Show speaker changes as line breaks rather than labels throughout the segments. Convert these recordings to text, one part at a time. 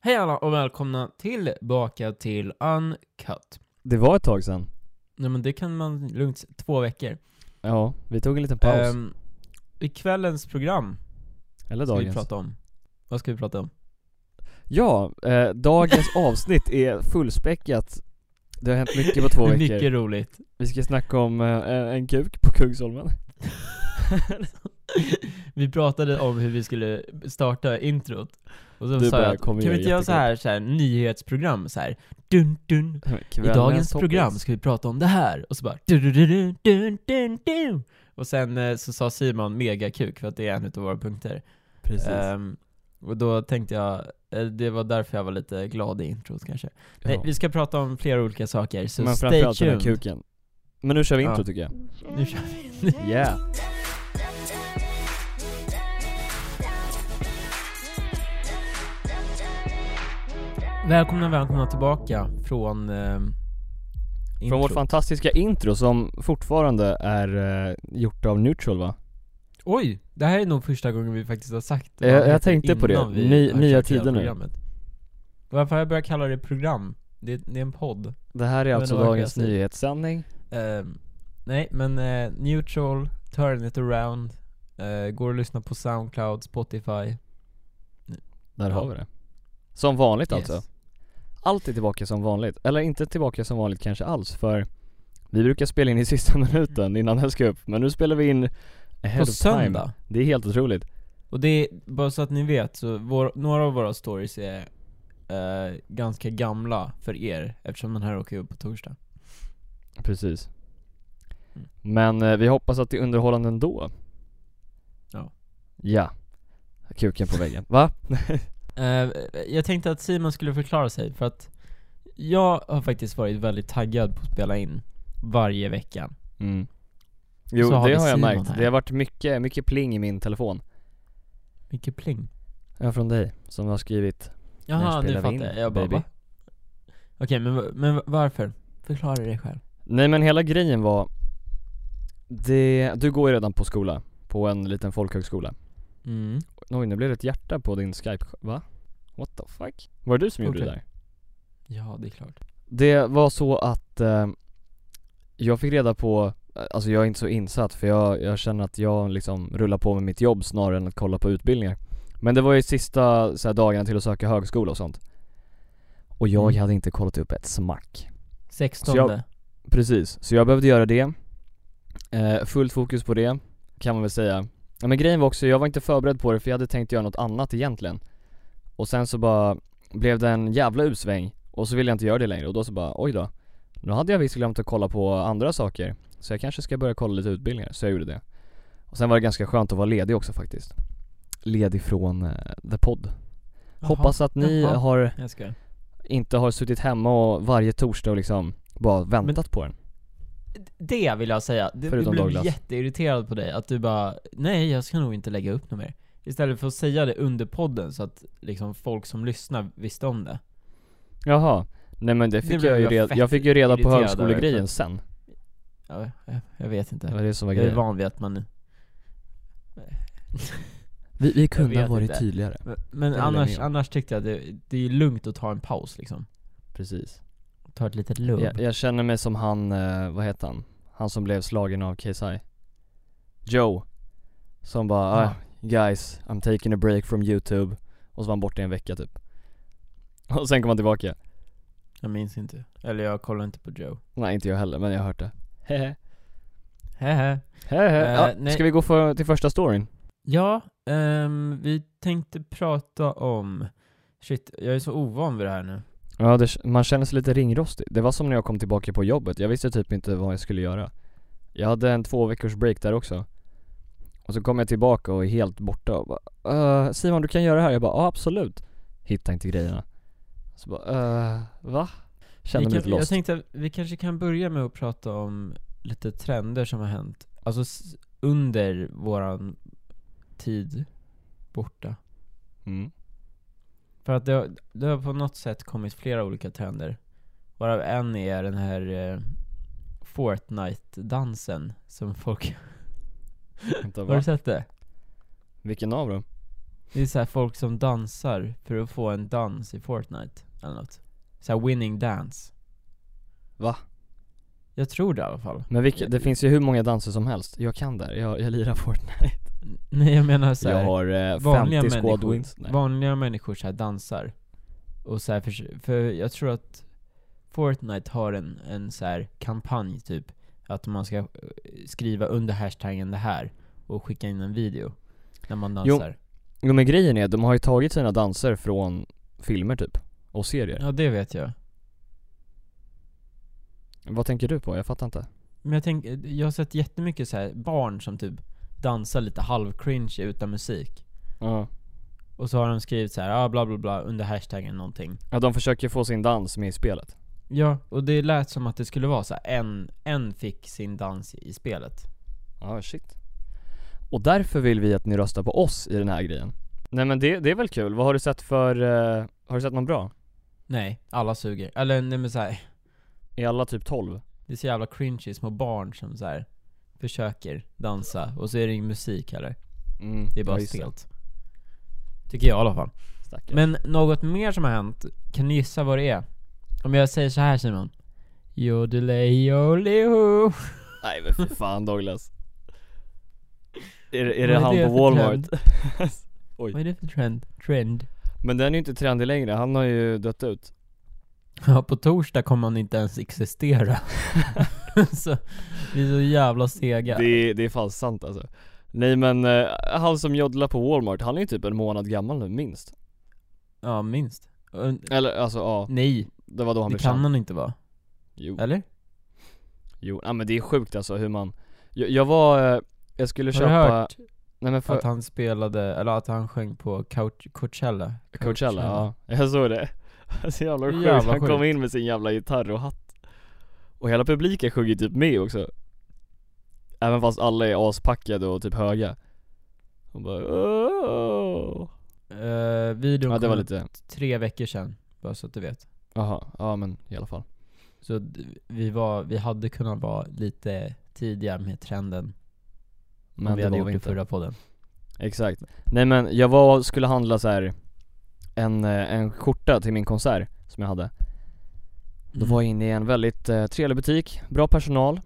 Hej alla och välkomna tillbaka till Uncut.
Det var ett tag sedan.
Nej men det kan man lugnt s- två veckor.
Ja, vi tog en liten paus.
Ehm, I kvällens program
Eller
ska vi
dagens.
prata om. Vad ska vi prata om?
Ja, eh, dagens avsnitt är fullspäckat. Det har hänt mycket på två veckor.
Mycket roligt.
Vi ska snacka om eh, en kuk på Kungsholmen.
Vi pratade om hur vi skulle starta introt. Och så
Du
sa
bara,
jag att, kan
"Kom
vi
igen,
inte göra så här, så här nyhetsprogram så här. Dun, dun. I dagens program ska vi prata om det här. Och så bara dun, dun, dun, dun, dun, dun. Och sen eh, så sa Simon megakuk för att det är en utav våra punkter.
Precis.
Ehm, och då tänkte jag, eh, det var därför jag var lite glad i introt kanske. Nej,
ja.
vi ska prata om flera olika saker, så
Men
stay
framförallt den här
tuned.
kuken. Men nu kör vi
Ja.
intro tycker jag.
Nu kör vi.
Yeah.
Välkomna, välkomna tillbaka från ehm,
Från
introt.
vårt fantastiska intro som fortfarande är eh, gjort av Neutral va?
Oj, det här är nog första gången vi faktiskt har sagt vad
Eh,
det
jag
heter
tänkte på det.
innan vi
Ny-
har
nya
kört hela
tider nu.
programmet. Varför har jag börjat kalla det program? Det, det är en podd.
Det här är
Men
alltså
det var
dagens
kreativt.
nyhetssändning.
Ehm, nej, men eh, neutral, turn it around, eh, går att lyssna på Soundcloud, Spotify. Ja.
Där har vi det. Som vanligt
Yes.
alltså. Allt är tillbaka som vanligt. Eller inte tillbaka som vanligt kanske alls för vi brukar spela in i sista minuten innan den ska upp. Men nu spelar vi in ahead
På
of time.
söndag.
Det är helt otroligt.
Och det är, bara så att ni vet, så vår, några av våra stories är eh, ganska gamla för er, eftersom den här åker upp på torsdag.
Precis.
Mm.
Men eh, vi hoppas att det är underhållande ändå.
Ja.
Ja. Kuken på väggen. Va?
Eh, jag tänkte att Simon skulle förklara sig, för att jag har faktiskt varit väldigt taggad på att spela in varje vecka.
Mm. Jo
Så har
det
vi
har jag
Simon
märkt.
här.
Det har varit mycket, mycket pling i min telefon.
Mycket pling.
Ja från dig som har skrivit
Jaha, nu
spelar vi
fattar
in,
jag. Jag bara,
baby?
va? Okej, men, men varför? Förklara dig själv.
Nej men hela grejen var det, Du går ju redan på skola På en liten folkhögskola
Mm.
Oj nu blev det ett hjärta på din skype Va? What the fuck? Var det du som gjorde det
Okej.
där?
Ja, det är klart.
Det var så att eh, Jag fick reda på Alltså jag är inte så insatt för jag, jag känner att jag liksom rullar på med mitt jobb snarare än att kolla på utbildningar Men det var ju sista så här, dagarna till att söka högskola och sånt Och jag
Mm.
hade inte kollat upp ett smack
16
Precis, så jag behövde göra det eh, Fullt fokus på det, kan man väl säga ja, Men grejen var också, jag var inte förberedd på det för jag hade tänkt göra något annat egentligen Och sen så bara blev det en jävla usväng och så ville jag inte göra det längre och då så bara oj då Nu hade jag visst glömt att kolla på andra saker Så jag kanske ska börja kolla lite utbildningar, så jag gjorde det Och sen var det ganska skönt att vara ledig också faktiskt Ledig från eh, The Pod
Jaha.
Hoppas att ni
Jaha.
har,
Jag ska.
inte har suttit hemma och varje torsdag och liksom bara väntat på den
Det vill jag säga. Du, du
Förutom
blev
Douglas.
jätteirriterad på dig, att du bara Nej, jag ska nog inte lägga upp något mer. Istället för att säga det under podden så att liksom folk som lyssnar visste om det.
Jaha, nej men det
Det
fick
blev
jag ju
jag
reda,
fett
jag fick ju reda på
irriterad över
högskolegrejen sen
Ja, jag, jag vet
Det
inte.
var det som var
Jag är
grejen
van vid att man...
Vi, vi
kunde ha vet varit inte.
tydligare
Men
jag
annars,
med om.
annars tyckte jag att det, det är lugnt att ta en paus liksom.
Precis
Ta ett litet lugn.
jag, jag känner mig som han, eh, vad heter han? Han som blev slagen av KSI Joe Som bara ah, guys, I'm taking a break from youtube Och så var han borta i en vecka typ Och sen kom han tillbaka
Jag minns inte. Eller jag kollar inte på Joe.
Nej inte jag heller men jag har hört det Hehe
Hehe.
Hehe,
Eh,
ja,
nej.
ska vi gå för, till första storyn?
Ja, ehm, vi tänkte prata om... Shit, jag är så ovan vid det här nu.
Ja, det, man känner sig lite ringrostig. Det var som när jag kom tillbaka på jobbet, jag visste typ inte vad jag skulle göra. Jag hade en två veckors break där också. Och så kom jag tillbaka och är helt borta och bara, "Eh, Simon du kan göra det här? Jag bara, ja absolut. Hittar inte grejerna. Så bara, "Eh, va? Kände
Vi
mig
kan,
lite lost.
Jag tänkte att vi kanske kan börja med att prata om lite trender som har hänt. Alltså s- under våran tid borta.
Mm.
För att det har, det har på något sätt kommit flera olika trender. Varav en är den här eh, Fortnite-dansen som folk...
Vänta,
Har
va?
du sett det?
Vilken av dem?
Det är så här folk som dansar för att få en dans i Fortnite, eller något. Så här winning dance.
Va?
Jag tror det i alla fall.
Men vilka, det finns ju hur många danser som helst, jag kan där, jag, jag lirar Fortnite
Nej jag menar så här,
Jag har eh,
vanliga
50 squad
människor,
wins Nej.
vanliga människor så här dansar. Och så här för, för jag tror att Fortnite har en, en så här kampanj typ, att man ska eh, skriva under hashtaggen det här och skicka in en video när man
Jo,
dansar.
Jo men grejen är, de har ju tagit sina danser från filmer typ, och serier
Ja det vet jag.
Vad tänker du på? Jag fattar inte
Men jag tänker, jag har sett jättemycket så här barn som typ dansar lite halvcringe utan musik.
Ja
Och så har de skrivit så här, ah, bla bla bla under hashtaggen någonting.
Ja de försöker få sin dans med i spelet
Ja, och det lät som att det skulle vara så här, en, en fick sin dans i spelet.
Ja shit Och därför vill vi att ni röstar på oss i den här grejen Nej men det, det är väl kul, vad har du sett för, eh, har du sett någon bra?
Nej, alla suger. Eller nej men så här,
Är alla typ 12?
det är så jävla cringy små barn som så här försöker dansa och så är det ingen musik heller.
Mm,
Det är bara
ja, just
stelt. Tycker jag i alla fall.
Stackare.
Men något mer som har hänt, kan ni gissa vad det är? Om jag säger så här Simon. Jodelejoliho.
Nej men för fan Douglas Är, det-
Vad
är det
är
han
det
på
för
Walmart?
trend? Vad är det för trend? Trend?
Men den är ju inte trendig längre, han har ju dött ut
Ja, på torsdag kommer han inte ens existera. så, vi är så jävla sega.
det, det är fan sant alltså Nej men eh, han som joddlar på Walmart, han är ju typ en månad gammal nu minst
Ja, minst. Och-
Eller alltså ja,
Nej,
det var då han
det
blev
kan
känd
han inte vara.
Jo,
Eller?
jo, ja, men det är sjukt alltså hur man Jag, jag var, eh, jag skulle
Har du
köpa
hört
Nej men för
att han spelade, eller att han sjöng på Couch, Coachella?
Coachella, ja, jag såg det Så jävla
Det är
sjukt,
jävla
han kom
sjukt.
in med sin jävla gitarr och hatt Och hela publiken sjunger typ med också Även fast alla är aspackade och typ höga Och bara "Åh."
Eh, videon
Ja det var
kom
lite,
ut tre veckor sedan, bara så att du vet.
jaha, ja men i alla fall
Så d- vi var, vi hade kunnat vara lite tidigare med trenden
Men
om vi
det
hade
var
gjort
vi
den
inte
förra podden.
Exakt, nej men jag var och skulle handla så här en, eh, en skjorta till min konsert som jag hade Då var jag inne i en väldigt eh, trevlig butik, bra personal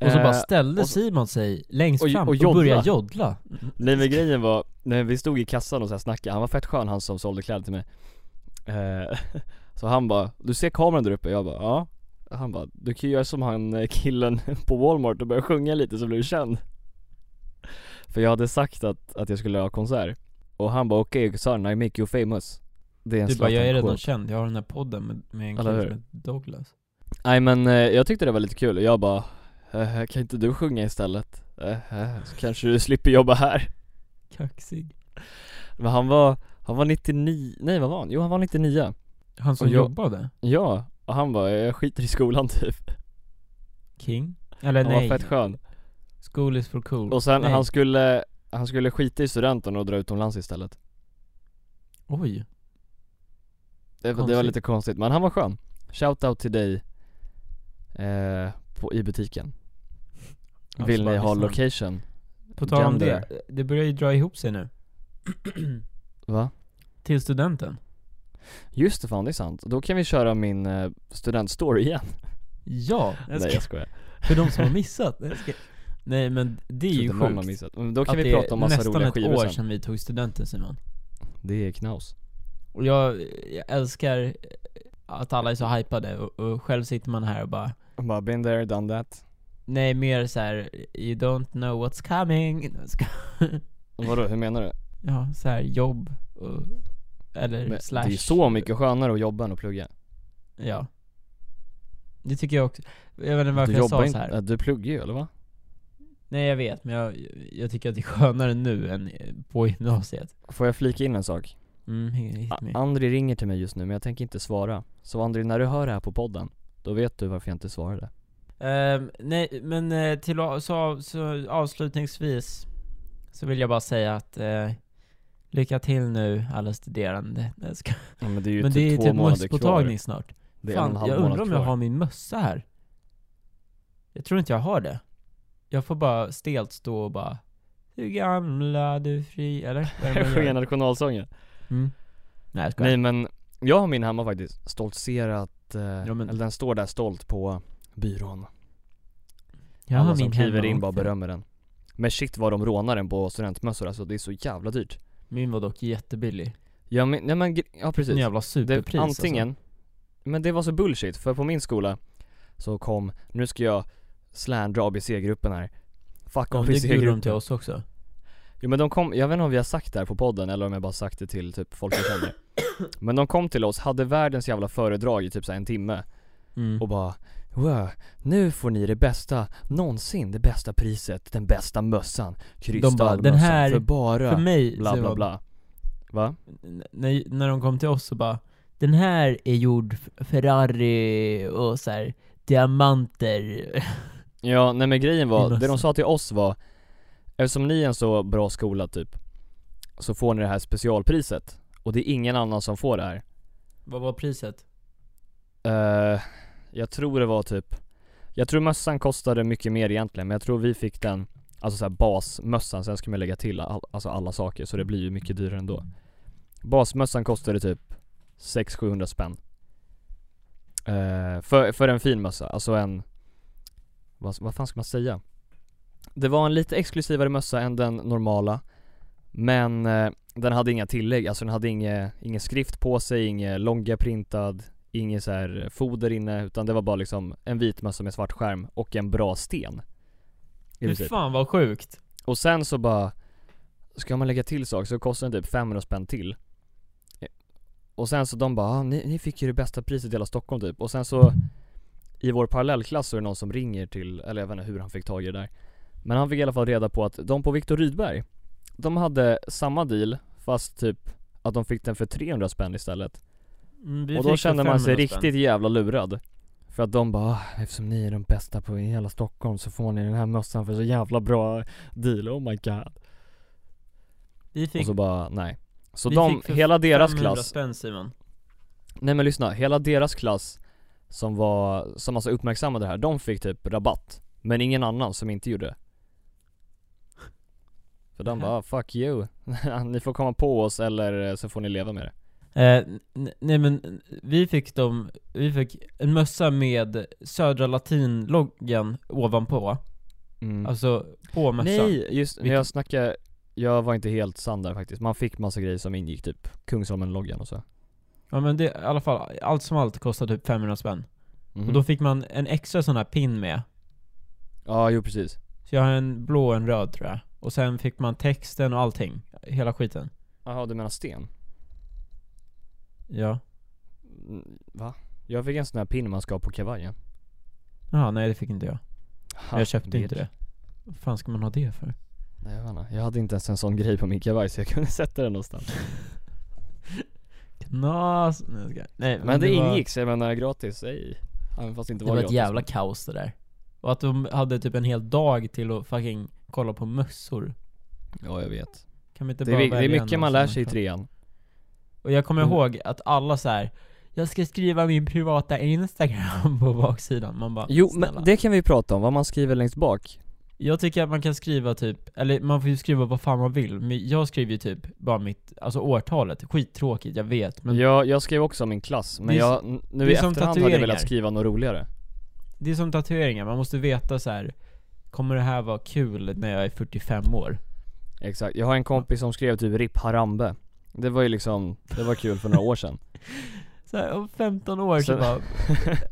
Och så bara
Eh,
ställde
och så-
Simon sig längst
och-
fram
och
och,
joddla.
började joddla.
Nej men grejen var, när vi stod i kassan och så här snackade, han var fett skön han som sålde kläder till mig eh, Så han bara, du ser kameran där uppe? Jag bara, ja Han bara, du kan ju göra som han eh, killen på Walmart och börja sjunga lite så blir du känd För jag hade sagt att, att jag skulle ha konsert Och han bara, okej son I make you famous Det är en
Du bara, jag är redan
Zlatan-quote.
känd, jag har den här podden med, med en
Eller
kille
hur?
som heter Douglas.
Nej men eh, jag tyckte det var lite kul, jag bara eh, Kan inte du sjunga istället? Eh, eh, Så kanske du slipper jobba här
Kaxig.
Men han var, han var 99, nej vad var han? Jo han var 99
Han som
Och jag-
jobbade?
Ja, och han bara 'jag skiter i skolan' typ
King? Eller
Han
nej,
var fett skön
school is for cool.
Och sen
nej.
han skulle, han skulle skita i studenten och dra utomlands istället
Oj.
Det, var- det var
Konstigt.
lite konstigt, men han var skön Shoutout till dig eh, på, i butiken
Alltså,
Vill ni
bara
ha
lyssna.
location?
På tal om
gender?
det, det börjar ju dra ihop sig nu.
Va?
Till studenten.
Just det fan, det är sant. Då kan vi köra min eh, studentstory igen
Ja, jag
Nej
ska,
jag skojar,
för de som har missat. Jag ska, nej men det är
Jag
ju
tror inte någon har
sjukt.
missat. Men då kan
att
vi
det är
prata om massa
nästan
roliga
ett
skivor
år
sen.
sedan vi tog studenten Simon.
Det är knas
Och jag, jag älskar eh, att alla är så hypade och, och själv sitter man här och bara
Bara been there, done that
Nej mer så här, you don't know what's coming
Vadå, hur menar du?
Ja, så här jobb och, eller
Men
slash
Det är så mycket skönare att jobba än att plugga
Ja Det tycker jag också, jag vet inte varför
du
jag
jobbar
sa så
inte,
här.
äh, du pluggar ju eller va?
Nej jag vet, men jag, jag tycker att det är skönare nu än eh, på gymnasiet
Får jag flika in en sak?
Mm, hit me.
A- Andri ringer till mig just nu men jag tänker inte svara Så Andri, när du hör det här på podden, då vet du varför jag inte svarade
Ehm, nej, men eh, till a- så, så avslutningsvis så vill jag bara säga att eh, lycka till nu alla studerande. Nej, jag ska-
ja, Men det är ju
Men det
typ
är
två
typ
månader kvar
mösspåtagning snart.
Det är en och
Fan,
en halv
jag
månad
undrar om jag
kvar.
har min mössa här. Jag tror inte jag har det. Jag får bara stelt stå och bara Du gamla, du fri, eller? Vad är det man gör?
Sjunga nationalsången
Mm. Nej jag skojar.
Nej men, jag har min hemma faktiskt, stoltserat, eh,
Ja, men-
eller den står där stolt på byrån
jag
Alla
har
som
min
kliver
hemma
in bara
också.
berömmer den Men shit vad de rånar den på studentmössor alltså, det är så jävla dyrt
Min var dock jättebillig.
Ja men, nej, men gre- ja precis
En jävla
det,
superpris alltså.
Antingen, men det var så bullshit, för på min skola så kom, nu ska jag slandra ABC-gruppen här Fuck
alltså. Ja, det gjorde de till
ABC-gruppen
oss också.
Jo men de kom, jag vet inte om vi har sagt det här på podden eller om jag bara sagt det till typ folk jag känner Men de kom till oss, hade världens jävla föredrag i typ så här en timme
Mm.
och bara Wow, nu får ni det bästa någonsin, det bästa priset, den bästa mössan Kristallmössan
"Den här-
för bara
För mig,
bla
så
bla
var-
bla Va?
n- när, när de kom till oss så bara Den här är gjord f- Ferrari och så här diamanter
Ja, nej men grejen
I
var,
mössan.
det de sa till oss var Eftersom ni är en så bra skola typ Så får ni det här specialpriset Och det är ingen annan som får det här
Vad var priset?
Eh, Jag tror det var typ Jag tror mössan kostade mycket mer egentligen men jag tror vi fick den Alltså såhär basmössan, sen ska man lägga till all, alltså alla saker så det blir ju mycket dyrare ändå Basmössan kostade typ 600-700 spänn Eh, för, för en fin mössa, alltså en vad, vad fan ska man säga? Det var en lite exklusivare mössa än den normala Men eh, den hade inga tillägg, alltså den hade inge, ingen skrift på sig, ingen logga printad Ingen så här foder inne utan det var bara liksom en vit mössa med svart skärm och en bra sten I
Fy
princip.
fan vad sjukt!
Och sen så bara Ska man lägga till saker så kostar den typ 500 spänn till Eh, Och sen så de bara ah, ni, ni fick ju det bästa priset i hela Stockholm typ Och sen så I vår parallellklass så är det någon som ringer till Eller jag vet inte hur han fick tag i det där Men han fick i alla fall reda på att de på Viktor Rydberg De hade samma deal fast typ Att de fick den för 300 spänn istället
Mm, vi
och
fick
då
för
kände man sig
500 spänn.
riktigt jävla lurad För att de bara "Ah, eftersom ni är de bästa på i hela Stockholm så får ni den här mössan för så jävla bra deal, oh my god
Vi
Och
fick
så bara nej Så
vi
de,
fick för
hela deras
500
klass,
spänn Simon
nej men lyssna, hela deras klass Som var, som alltså uppmärksammade det här, de fick typ rabatt Men ingen annan som inte gjorde det För de bara "Ah, 'fuck you' Ni får komma på oss eller så får ni leva med det
eh, n- Nej men eh, vi fick dem, vi fick en mössa med Södra Latin-loggan ovanpå
Mm.
Alltså på mössan
Nej, just när
Vilken-
jag snackade, jag var inte helt sann där faktiskt. Man fick massa grejer som ingick typ Kungsholmen-loggan och så.
Ja men det, i alla fall, allt som allt kostade typ 500 spänn
Mhm.
Och då fick man en extra sån här pin med
Ja, jo precis.
Så jag har en blå och en röd tror jag. Och sen fick man texten och allting. Hela skiten.
Jaha, du menar sten?
Ja.
Mm, Va? Jag fick en sån här pin man ska ha på kavajen.
Jaha, nej det fick inte jag.
Ha,
Men jag köpte
bitch.
inte det. Vad fan ska man ha det för?
Nej, jag, vet inte. jag hade inte ens en sån grej på min kavaj så jag kunde sätta den någonstans.
Knas! Nej, jag skojar. nej
Men, det,
var-
ingick så jag menar gratis, ej. Även fast det inte
Det
var, liksom.
var ett
gratis.
jävla kaos det där. Och att de hade typ en hel dag till att fucking kolla på mössor.
Ja, jag vet.
Kan vi inte
Det
bara
är, det är
välja
mycket
någon
man
som
lär sig i
kan-
trean.
Och jag kommer
Mm.
ihåg att alla så här. Jag ska skriva min privata instagram på baksidan. Man bara
Jo,
"Snälla."
men det kan vi prata om, vad man skriver längst bak.
Jag tycker att man kan skriva typ, eller man får ju skriva vad fan man vill, men jag skriver ju typ bara mitt, alltså årtalet, skittråkigt, jag vet men
jag, jag skrev också om min klass,
Det
men
är
jag, nu
det
i
är som
efterhand hade jag
tatueringar.
velat skriva något roligare.
Det är som tatueringar, man måste veta så här. Kommer det här vara kul när jag är 45 år?
Exakt, jag har en kompis som skrev typ RIP Harambe Det var ju liksom, det var kul för några år sedan
Så här, om 15 år så,
Så-
bara,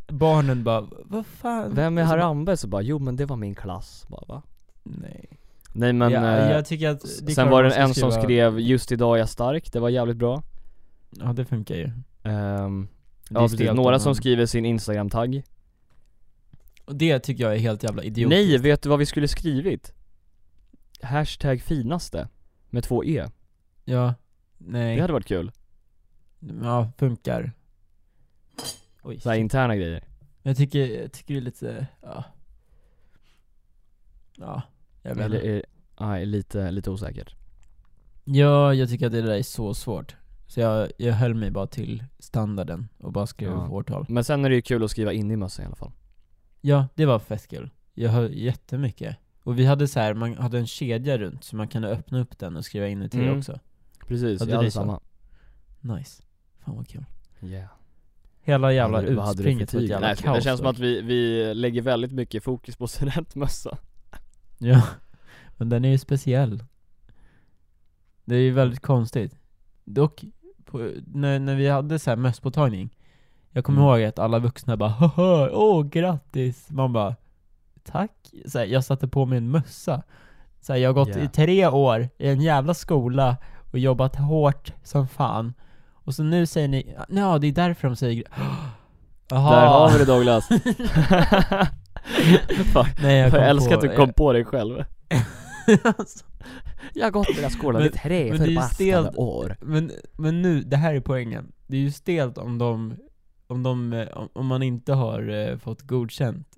barnen bara, vad fan?
Vem är
Och så bara,
Harambe? Så bara, jo men det var min klass, bara va?
Nej.
Nej men,
ja,
eh,
jag tycker att
s-
det är
sen
klart
var
man
det
ska
en som
skriva-
skrev 'Just idag är jag stark' det var jävligt bra
Ja det funkar ju.
Ehm,
Det är
Ja precis,
stelt om
några som
man-
skriver sin instagram-tagg
Och det tycker jag är helt jävla idiotiskt.
Nej, vet du vad vi skulle skrivit? Hashtag finaste Med två e,
Ja,
det
nej.
hade varit kul
Ja, funkar. Oj.
Såhär interna grejer
Men jag tycker, jag tycker det är lite, ja Ja, jag vet
Eller,
inte.
är- ja, är lite, lite osäkert
Ja, jag tycker att det där är så svårt Så jag, jag höll mig bara till standarden och bara skrev
Ja.
upp årtal
Men sen är det ju kul att skriva in i mössan i alla fall
Ja, det var fett kul Jag höll jättemycket Och vi hade så här, man hade en kedja runt, så man kunde öppna upp den och skriva inuti
Mm.
också
Precis,
Hade ni
jag hade
så?
samma
Nice, fan vad kul
yeah.
Hela jävla
Hade du- vad hade du för
utspringet var ett
tyg?
typ jävla
Nej,
kaos
Det känns som
dock.
att vi, vi lägger väldigt mycket fokus på studentmössa
Ja, men den är ju speciell Det är ju väldigt konstigt Dock, på, när, när vi hade så här mösspåtagning Jag kommer
Mm.
ihåg att alla vuxna bara haha, åh grattis! Man bara Tack! Så här, jag satte på mig en mössa så här, Jag har gått
Yeah.
i tre år i en jävla skola och jobbat hårt som fan Och så nu säger ni, ja det är därför de säger Jaha,
Där har vi det Douglas Fan,
Nej, jag,
jag,
kom på,
älskar att du kom på dig själv Jag har gått i den här skolan
Men-
i tre
men det är ju
förbaskade
stelt.
år
Men, men nu, det här är poängen. Det är ju stelt om de, om de, eh, om- om man inte har eh, fått godkänt.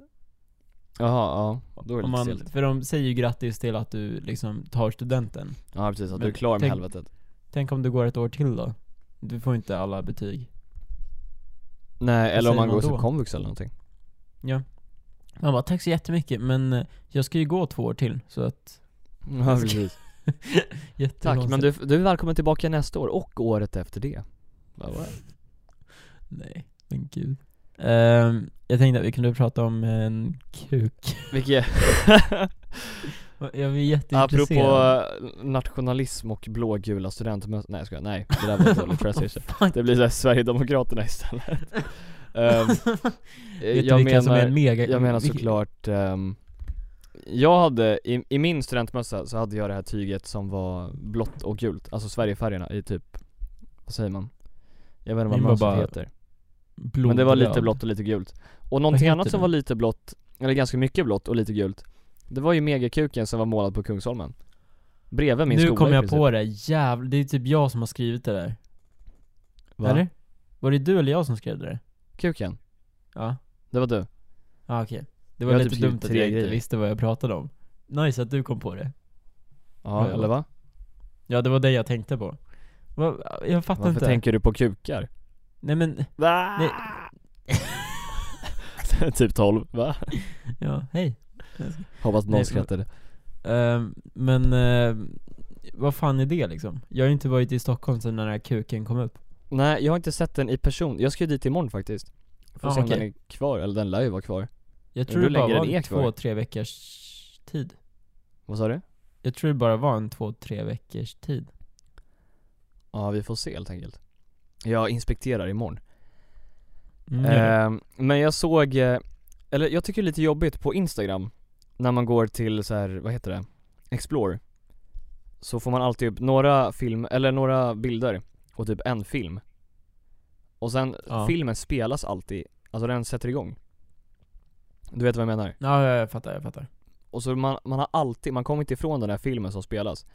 Jaha, ja, då är det
Om
lite
man,
stelt
för de säger ju grattis till att du liksom tar studenten.
Ja precis, att du
Men
är klar med
tänk-
helvetet
Tänk om det går ett år till då? Du får inte alla betyg.
Nej, eller
säger
om man
man
går
då?
som komvux eller någonting
Ja. Man bara, tack så jättemycket men eh, jag ska ju gå två år till så att
Ja precis Tack,
jättekonstigt.
men du, du är välkommen tillbaka nästa år och året efter det Vad var det?
Nej, men gud. Ehm, jag tänkte att vi kunde prata om en kuk.
Vilket,
Jag blir jätteintresserad.
apropå eh, nationalism och blågula studentmöten, nej jag skojar, nej det där var dåligt trash Det blir såhär Sverigedemokraterna istället Ehm,
Vet
jag
du vilka som är
menar,
en mega...
jag menar
vilka-
såklart ehm, Eh, Jag hade, i, i min studentmössa så hade jag det här tyget som var blått och gult, alltså Sverigefärgerna i typ, vad säger man? Jag vet inte vad
Min var
mösset
bara
heter Men det var lite blått och lite gult Och någonting
heter
annat som
den?
var lite blått, eller ganska mycket blått och lite gult Det var ju megakuken som var målad på Kungsholmen Bredvid min
Nu
skola
kom
i
jag
princip.
på det, jävlar, det är typ jag som har skrivit det där.
Va?
Eller? Var det du eller jag som skrev det där?
Kuken?
Ja,
Det var du?
ah, okej. Det var
Jag har
lite
typ skrivit
dumt att
tre
jag inte
grejer.
visste vad jag pratade om. Nice att du kom på det.
Ja,
Ja.
eller va?
Ja, det var det jag tänkte på. Va? Jag fattar
Varför
inte.
tänker du på kukar?
Nej men,
Nej. typ 12, va?
ja, hej.
Hoppas någon
Nej, men-
skrattade
Ehm, men, ehm, vad fan är det liksom? Jag har ju inte varit i Stockholm sedan den här kuken kom upp.
Nej, jag har inte sett den i person, jag ska ju dit imorgon faktiskt Får
Ah,
se om
okej.
den är kvar, eller den lär ju vara kvar
Jag
Men
tror
du
det bara
lägger
var
den
en
ek var.
två, tre veckors tid.
Vad sa du?
Jag tror det bara var en två, tre veckors tid.
Ja, vi får se helt enkelt Jag inspekterar imorgon
Mm.
Ehm, Men jag såg, eh, eller jag tycker det är lite jobbigt på Instagram När man går till så här, vad heter det? Explore Så får man alltid upp några film, eller några bilder och typ en film Och sen,
Ja.
filmen spelas alltid, alltså den sätter igång Du vet vad jag menar?
Ja, ja, jag fattar, jag fattar.
Och så man, man har alltid, man kommer inte ifrån den här filmen som spelas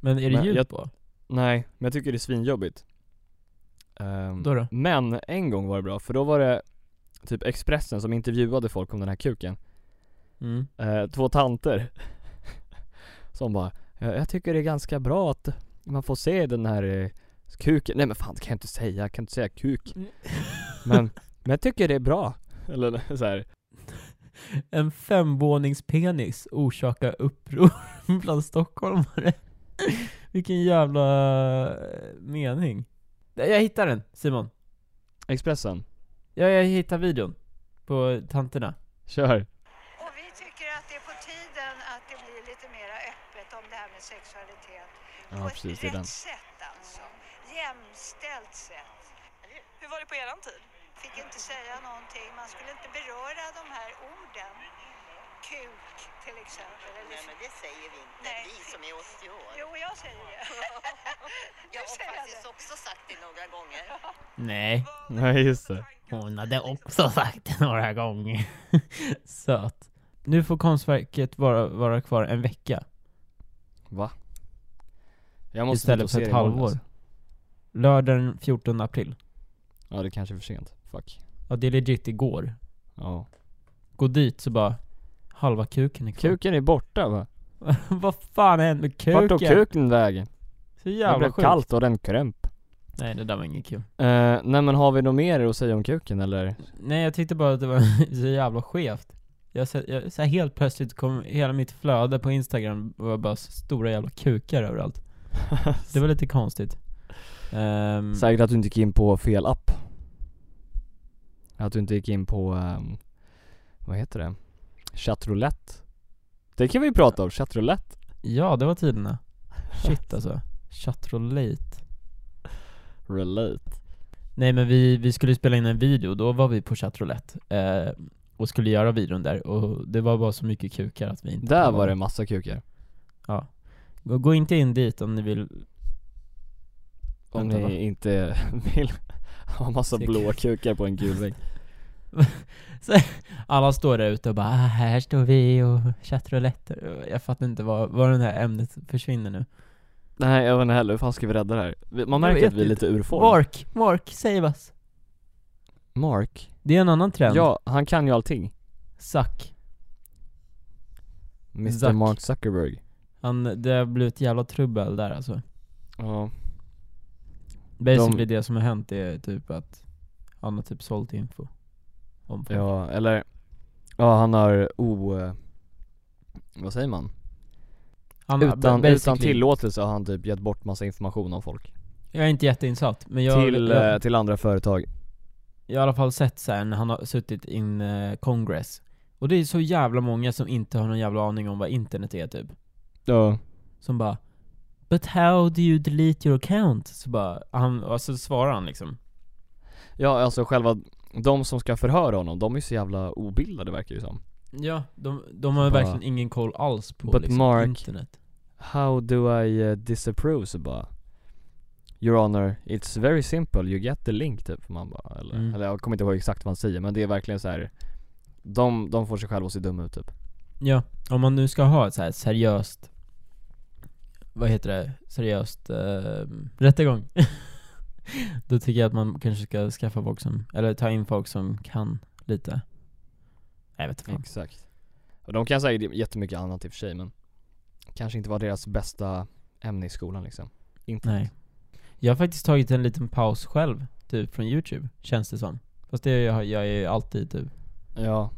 Men är det
Men
ljud
jag-
på?
Nej, men jag tycker det är svinjobbigt Ehm,
Då då?
Men en gång var det bra, för då var det typ Expressen som intervjuade folk om den här kuken
Mm.
Eh, Två tanter Som bara "Ja, Jag tycker det är ganska bra att man får se den här eh, kuken Nej men fan det kan jag inte säga, jag kan inte säga kuk Men, men jag tycker det är bra Eller så här.
En femvåningspenis orsakar uppror bland stockholmare. Vilken jävla eh, mening. Nej, Jag hittar den, Simon.
Expressen,
Ja, jag hittar videon. På tanterna.
kör!
Och vi tycker att det är på tiden att det blir lite mer öppet om det här med sexualitet.
Ja,
på
precis, det är
ett
den.
rätt sätt alltså. Jämställt sätt. Hur var det på eran tid? Fick inte säga någonting. Man skulle inte beröra de här orden. Kuk till exempel. Eller...
Nej, men det säger vi inte.
Nej.
Vi som är 80 år.
Jo, jag säger det. Nu
jag har
säger jag
faktiskt
det.
också sagt det några gånger.
Nej,
Nej just det
hon hade också sagt det några gånger. Söt. Nu får konstverket vara, vara kvar en vecka.
Va? Jag måste ut
istället
och
för
se
ett
det imorgon,
halvår.
alltså.
Lördag den 14 april.
Ja det kanske är för sent, fuck
Ja, det är legit igår.
Ja
Gå dit så bara, halva kuken är kvar.
Kuken är borta va?
Vad fan hände med kuken?
Vart tog kuken vägen?
Så
Det
jävla
blev
sjukt.
kallt och den krömp
Nej, det där var inget kul.
Eh, Nej men har vi något mer att säga om kuken eller?
Nej, jag tyckte bara att det var så jävla skevt. Jag, så- jag, så här, helt plötsligt kom hela mitt flöde på Instagram var bara stora jävla kukar överallt.
Mm.
Det var lite konstigt. Ehm,
Säkert att du inte gick in på fel app Att du inte gick in på, ehm, vad heter det? Chattroulette Det kan vi ju prata om, chattroulette
ja, det var tiderna. Shit alltså. Chatrolate.
Relate
Nej men vi, vi skulle spela in en video, då var vi på chatroulette. Eh, och skulle göra videon där, och det var bara så mycket kukar att vi inte
Där
kunde
var
vara
det massa kukar
Ja. Gå, gå inte in dit om ni vill
Om
Vänta, va?
ni inte vill ha massa
Tycker-
blå kukar på en gul vägg
Alla står där ute och bara ah, här står vi och chattroulette Jag fattar inte var, var det här ämnet försvinner nu
Nej jag vet inte heller, hur fan ska vi rädda det här? Vi- Man
Jag
märker
vet
att vi är lite ur form
Mark, Mark, save us
Mark?
Det är en annan trend
Ja, han kan ju allting
Suck
Mr
Zack.
Mark Zuckerberg
Han, det har blivit jävla trubbel där alltså
Ja
Basically det som har hänt är typ att Han har typ sålt info om folk.
Ja, eller Ja han har o... eh, Vad säger man?
han, har-
Utan,
basically-
utan tillåtelse har han typ gett bort massa information om folk
Jag är inte jätteinsatt men jag,
till,
jag,
eh, till andra företag
Jag har i alla fall sett så här när han har suttit in eh, Congress Och det är så jävla många som inte har någon jävla aning om vad internet är typ
Ja
Som bara But how do you delete your account? Så bara, han, och så svarar han liksom
Ja alltså själva, de som ska förhöra honom, de är ju så jävla obildade verkar det som
Ja, de, de har
bara,
verkligen ingen koll alls på
"But
liksom,
Mark-
internet
How do I eh, disapprove? Så bara Your honor, it's very simple, you get the link typ man bara, eller,
Mm.
eller jag kommer inte ihåg exakt vad han säger men det är verkligen så här. De, de får sig själva att se dumma ut typ
Ja, om man nu ska ha ett så här seriöst Vad heter det? Seriöst eh, rättegång Då tycker jag att man kanske ska skaffa folk som, eller ta in folk som kan lite Jag vet inte fan
Exakt Och de kan säga jättemycket annat i och för sig men Kanske inte var deras bästa ämne i skolan liksom Inte
Nej. Jag har faktiskt tagit en liten paus själv, typ från youtube, känns det som. Fast det gör jag, jag är ju alltid typ,
Ja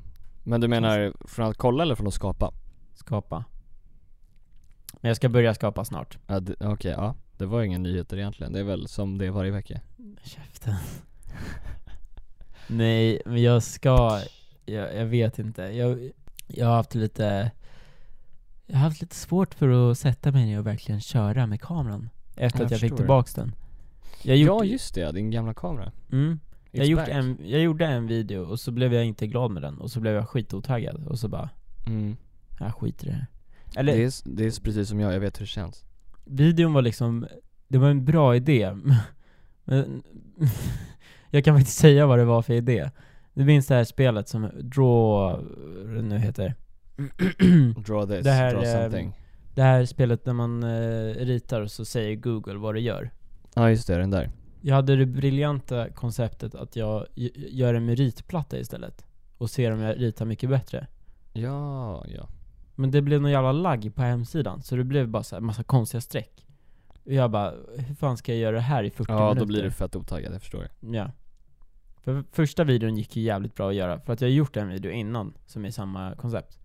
Men du menar från att kolla eller från att skapa?
skapa. Men jag ska börja skapa snart.
Ja, det- Okej, ja Det var ju inga nyheter egentligen, det är väl som det är varje vecka
Käften. Nej, men jag ska, jag, jag vet inte. Jag, jag har haft lite, jag har haft lite svårt för att sätta mig ner och verkligen köra med kameran. Efter
Jag
att jag fick
förstår.
tillbaks den. Jag
Ja
gjort,
just det, din gamla kamera
mm,
It's
jag, gjort
back.
en, jag gjorde en video och så blev jag inte glad med den och så blev jag skitotaggad och så bara
mm.
Jag skiter i det här.
det,
Eller,
är, s- det är s- precis som jag, jag vet hur det känns
videon var liksom, det var en bra idé, men jag kan faktiskt säga vad det var för idé. Du minns det här spelet som Draw, vad det nu heter.
Draw this,
Det här,
draw
ehm,
something
det här spelet när man eh, ritar och så säger Google vad det gör.
Ja just det, den där
Jag hade det briljanta konceptet att jag g- gör en meritplatta istället och ser om jag ritar mycket bättre.
Ja, ja
Men det blev någon jävla lagg på hemsidan, så det blev bara så här massa konstiga streck. Och jag bara, hur fan ska jag göra det här i 40
Ja
minuter?
då blir du fett otaggad, jag förstår
Ja. För första videon gick ju jävligt bra att göra, för att jag har gjort en video innan som är samma koncept.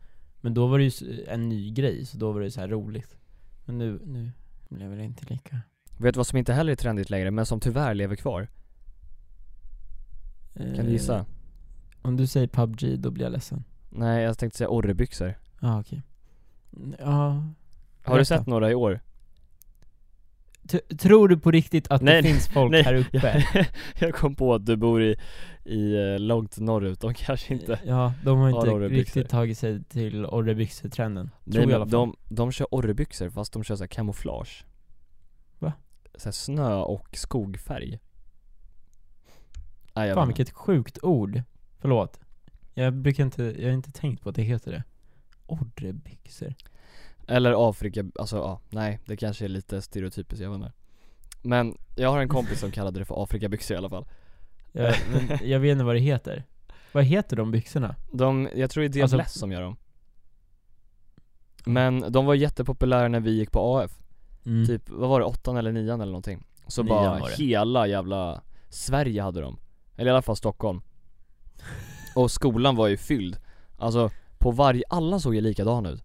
Men då var det ju s- en ny grej, så då var det ju så här roligt. Men nu, nu blev det inte lika.
Vet du vad som inte heller är trendigt längre, men som tyvärr lever kvar? Kan
Eh.
du gissa?
Om du säger PubG, då blir jag ledsen.
Nej jag tänkte säga orrebyxor
Ja, ah, okej. Mm, Ja.
Har du
Berätta.
sett några i år?
T- tror du på riktigt att
Nej,
det
nej,
finns folk
nej,
här uppe?
Jag, jag kom på att du bor i, i eh, långt norrut, de kanske inte
Ja, de har
Har
inte
orrebyxor.
riktigt tagit sig till orrebyxor-trenden. Tror
Nej
jag i
men
alla fall.
de, de kör orrebyxor fast de kör såhär kamouflage
Va?
Såhär snö och skogfärg Nej jag
Fan
vet
vilket sjukt ord. Förlåt. Jag brukar inte, jag har inte tänkt på att det heter det. Orrebyxor.
inte. Eller Afrika, alltså ja, nej det kanske är lite stereotypiskt, jag vet inte Men jag har en kompis som kallade det för afrikabyxor i alla fall
Jag, men jag vet inte vad det heter. Vad heter de byxorna?
De, jag tror det är Diables
Alltså-
som gör dem Men de var jättepopulära när vi gick på AF
Mm.
Typ, vad var det, åttan eller nian eller någonting? Så
Nian
bara
var det.
hela jävla Sverige hade dem Eller i alla fall Stockholm Och skolan var ju fylld Alltså, på varje, alla såg ju likadana ut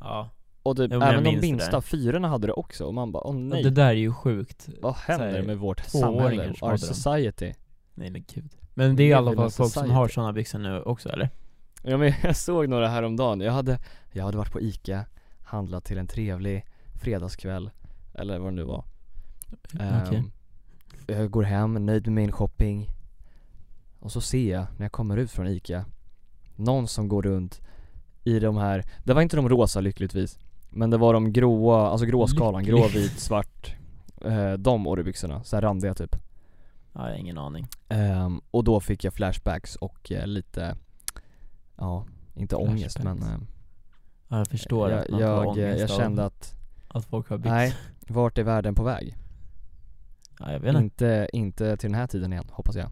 Ja.
Och typ,
Jo, men jag
även de
minns det där.
minsta fyrorna hade det också och man bara åh nej,
Det där är ju sjukt.
vad händer
så här,
med vårt
tvååringar
samhälle,
som
our
hade dem.
society?
Nej men gud. Men det är i alla
Lever
fall
in
folk som
society.
har såna byxor nu också eller?
Ja men jag såg några häromdagen, jag hade, jag hade varit på Ica, handlat till en trevlig fredagskväll, eller vad det nu var
Mm, Okej.
Ehm, Jag går hem, nöjd med min shopping Och så ser jag, när jag kommer ut från Ica Någon som går runt i de här, det var inte de rosa lyckligtvis Men det var de gråa, alltså gråskalan,
Lycklig.
grå, vit, svart eh, De orrebyxorna, såhär randiga typ
Ja, jag har ingen aning.
Ehm, Och då fick jag flashbacks och eh, lite, ja, inte ångest men
Flashbacks.
ehm,
Ja, jag förstår
jag,
att man får
jag,
ångest
jag
av
kände att,
att folk har byxor.
nej, vart är världen på väg?
Ja, jag vet inte.
Inte, inte till den här tiden igen, hoppas jag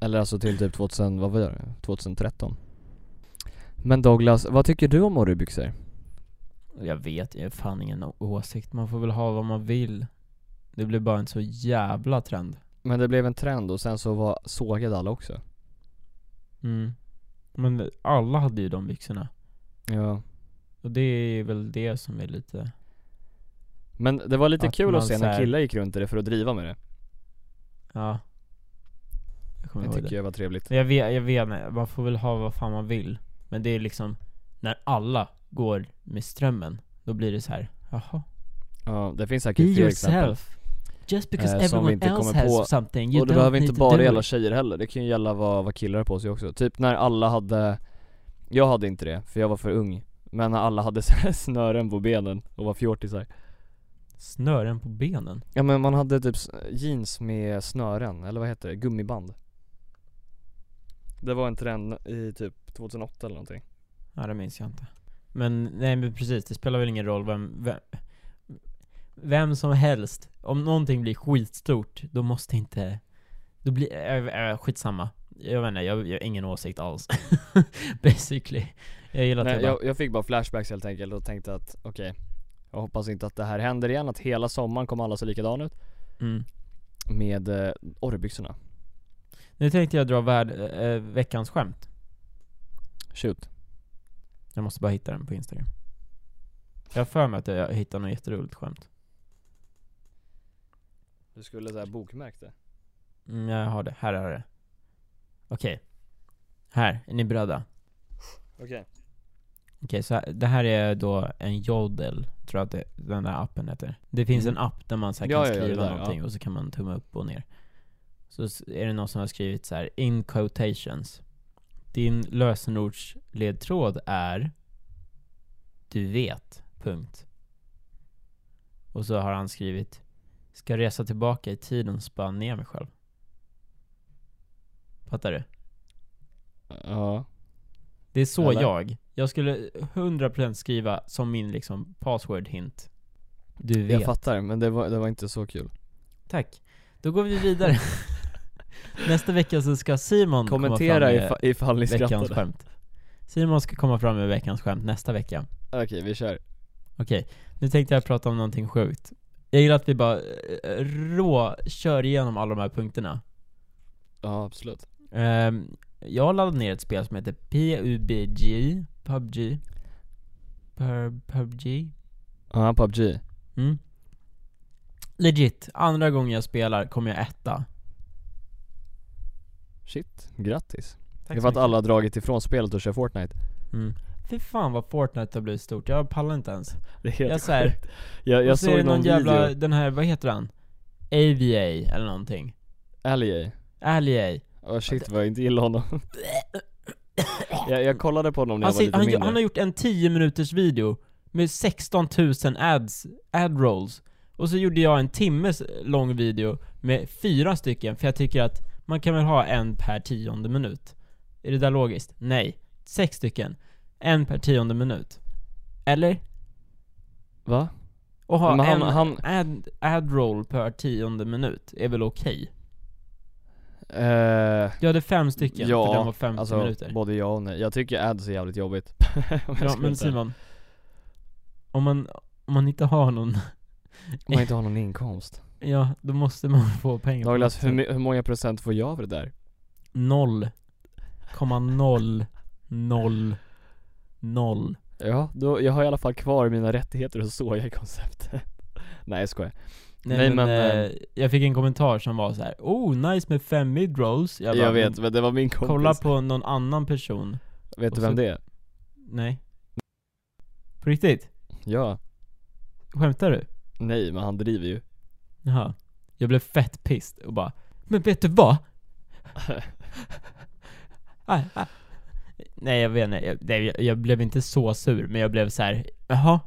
Eller alltså till typ 2000, vad var det? 2013 Men Douglas, vad tycker du om orrebyxor? Mm.
Jag vet, jag har fan ingen å- åsikt. Man får väl ha vad man vill. Det blir bara en så jävla trend.
Men det blev en trend och sen så var sågade alla också
Mm. Men alla hade ju de byxorna.
Ja
Och det är väl det som är lite...
Men det var lite
Att
kul
man
att se
så här-
när killar gick runt i det för att driva med det
Ja. Jag kommer
Det
ihåg det.
tycker jag var trevligt
Men Jag vet, jag vet inte. man får väl ha vad fan man vill. Men det är liksom, när alla går med strömmen, då blir det så här. jaha.
Ja, det finns
Be
säkert fler exempel
yourself. Just because
Eh, som
everyone
vi inte
else
kommer
has
på.
something, you
och det
don't
behöver
need
inte
to
bara
do
gälla
it.
tjejer heller, det kan ju gälla vad, vad killar har på sig också. Typ när alla hade, jag hade inte det för jag var för ung, men när alla hade så här snören på benen och var fjortisar.
Snören på benen.
Ja men man hade typ s- jeans med snören, eller vad heter det, gummiband. Det var en trend i typ 2008 eller någonting.
Ja, det minns jag inte. Men nej men precis, det spelar väl ingen roll vem, vem, vem som helst. Om någonting blir skitstort, då måste inte, då blir, äh, äh, skitsamma. Jag vet inte, jag, jag har ingen åsikt alls. Basically. Jag gillar att
Nej,
jag bara,
jag, jag fick bara flashbacks helt enkelt och tänkte att okej, jag hoppas inte att det här händer igen, att hela sommaren kommer alla se likadana ut
mm.
med eh, orrebyxorna.
Nu tänkte jag dra värd, eh, veckans skämt.
Shoot.
Jag måste bara hitta den på Instagram. Jag har för mig att jag hittar något jätteroligt skämt.
Du skulle såhär bokmärkt det.
Mm, jag har det, här har jag det. Okej. Här, är ni beredda?
Okej.
Okej, så här, det här är då en Jodel, tror jag att det, den där appen heter. Det finns
Mm.
en app där man så här
Ja,
kan
ja, ja, det
skriva
där, ja.
någonting och så kan man tumma upp och ner. Så s- är det någon som har skrivit så här, in quotations. Din lösenordsledtråd är Du vet, punkt. Och så har han skrivit Ska resa tillbaka i tiden och spara ner mig själv. Fattar du?
Ja.
Det är så
Eller?
jag. Jag skulle 100% skriva som min liksom password hint. Du
Jag
vet. Mm,
fattar, men det var, det var inte så kul
Tack. Då går vi vidare. Nästa vecka så ska Simon komma
Kommentera
fram med
ifall, ifall ni
veckans
skrattade
skämt. Simon ska komma fram med veckans skämt nästa vecka.
Okej, vi kör
Okej, nu tänkte jag prata om någonting sjukt. Jag gillar att vi bara eh, rå kör igenom alla de här punkterna.
Ja, absolut
Ehm, jag har laddat ner ett spel som heter PUBG, PUBG, Pub- PUBG,
Ja, PubG
Mm. Legit, andra gången jag spelar kommer jag etta.
Shit, grattis
Tack
Det var att alla har dragit ifrån spelet och kör Fortnite
Mm. Fy fan vad Fortnite har blivit stort, jag pallar inte ens.
Det är
Jag så här-
sjukt. Jag,
och
jag
så är
såg
det
någon,
någon jävla,
video,
den här, vad heter han? AVA eller någonting.
Allie
Allie.
Åh shit vad jag inte gillar honom jag, jag kollade på honom när jag
Han,
var
sit-
lite
han,
mindre
han har gjort en 10 minuters video med 16 000 ads, ad rolls. Och så gjorde jag en timmes lång video med fyra stycken, för jag tycker att man kan väl ha en per tionde minut. Är det där logiskt? Nej. Sex stycken. En per tionde minut. Eller?
Va?
Och ha
Men han-
en
han-
Ad, ad roll per tionde minut är väl okej?
Eh,
Jag hade fem stycken, för
Ja,
den var 50
alltså,
minuter.
både ja och nej Jag tycker ads är jävligt jobbigt Om jag
Ja,
ska vara
men
helt ärlig.
Simon. Om man, om man inte har någon
Om man inte har någon inkomst
Ja, då måste man få pengar på
Douglas,
något
hur,
sätt.
my- hur många procent får jag av det där?
Noll 0,000
Ja, då, jag har i alla fall kvar mina rättigheter att såga konceptet Nej jag skojar
Nej,
Nej,
men,
men,
eh, jag fick en kommentar som var så här: oh nice med fem midrolls
Jag,
bara,
vet,
"Men
men det var min kompis
Kolla på någon annan person
Vet du
och
vem
så-
det är?
Nej På riktigt?
Ja
Skämtar du?
Nej men han driver ju
Jaha Jag blev fett pissed och bara Men vet du vad? Ah, ah. Nej jag vet inte, jag, nej, jag, jag blev inte så sur men jag blev så här. jaha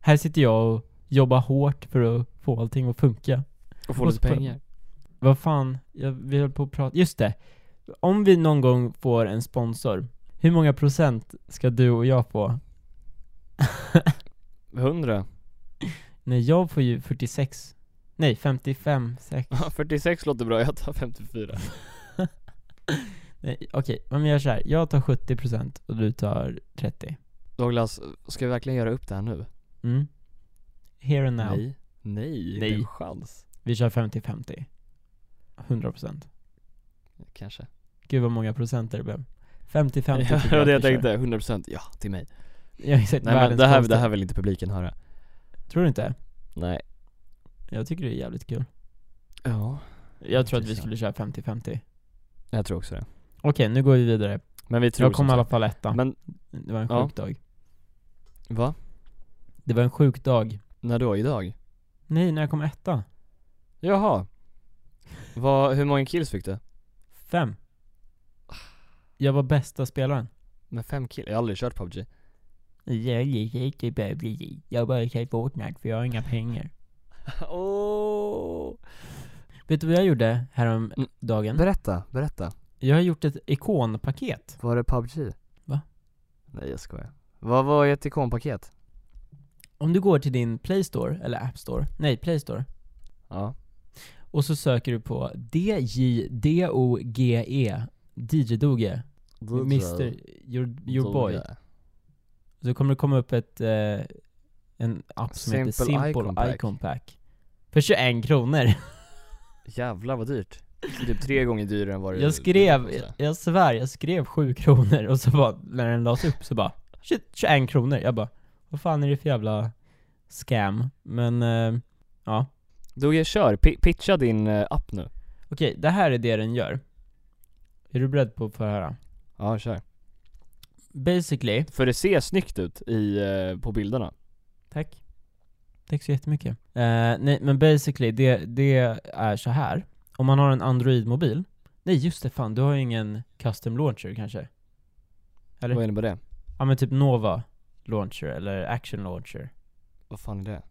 Här sitter jag och jobbar hårt för att få allting att funka
Och får
Och
lite
så-
pengar
Vad fan, jag, vi höll på att prata, just det! Om vi någon gång får en sponsor, hur många procent ska du och jag få?
Hundra
Nej jag får ju 46, nej 55, 6
Ja, 46 låter bra, jag tar 54
Nej okej, men vi gör såhär, jag tar 70% och du tar 30
Douglas, ska vi verkligen göra upp det här nu?
Mm Here and now,
Nej Nej, inte
Nej.
en chans
vi kör 50-50 100%
Kanske
Gud vad många procenter det blev 50-50
Ja,
tycker
det var det jag
att vi
tänkte, 100% ja, till mig
kör. Jag har sett
Nej men
världens
det här, det
konstiga-
här vill inte publiken höra
Tror du inte?
Nej
Jag tycker det är jävligt kul
Ja
Jag tror att vi
Intressant.
skulle köra 50-50 Okej,
Jag tror också det
nu går vi vidare
Men vi tror
Jag kom i
som
alla
sagt-
fall etta
Men,
Det var en
Ja.
sjuk dag
va?
Det var en sjuk dag
När då? Idag?
Nej, när jag kom etta
Jaha Vad, hur många kills fick du?
Fem Jag var bästa spelaren
Med fem kills? Jag har aldrig kört PubG
Jag bara kört Fortnite för jag har inga pengar
Åh!
Vet du vad jag gjorde häromdagen?
Mm. Berätta, berätta
Jag har gjort ett ikonpaket
Var det PubG?
Va?
Nej jag skojar Vad var ett ikonpaket?
Om du går till din Play Store, eller App Store, nej Play Store
Ja
Och så söker du på D-J-D-O-G-E DJ E. Doge, Mr. Your, your boy Så kommer det komma upp ett, eh, en app som heter
Simple
Simple
Icon Pack.
Icon Pack För 21 kronor!
Jävlar vad dyrt Typ tre gånger dyrare än vad det
Jag skrev, jag svär, jag skrev 7 kronor och så bara, när den lades upp så bara "Shit, 21 kronor, jag bara Vad fan är det för jävla scam? Men, eh, ja
Doge kör, Pi- pitcha din eh, app nu
Okej, det här är det den gör Är du beredd på att få höra?
Ja kör
Basically
För det ser snyggt ut i, eh, på bilderna
Tack Tack så jättemycket Eh, Nej men basically, det, det är så här Om man har en Android-mobil Nej just det, fan du har ju ingen custom launcher kanske? Eller?
Vad innebär det?
Ja men typ Nova launcher eller Action launcher
Vad fan är det?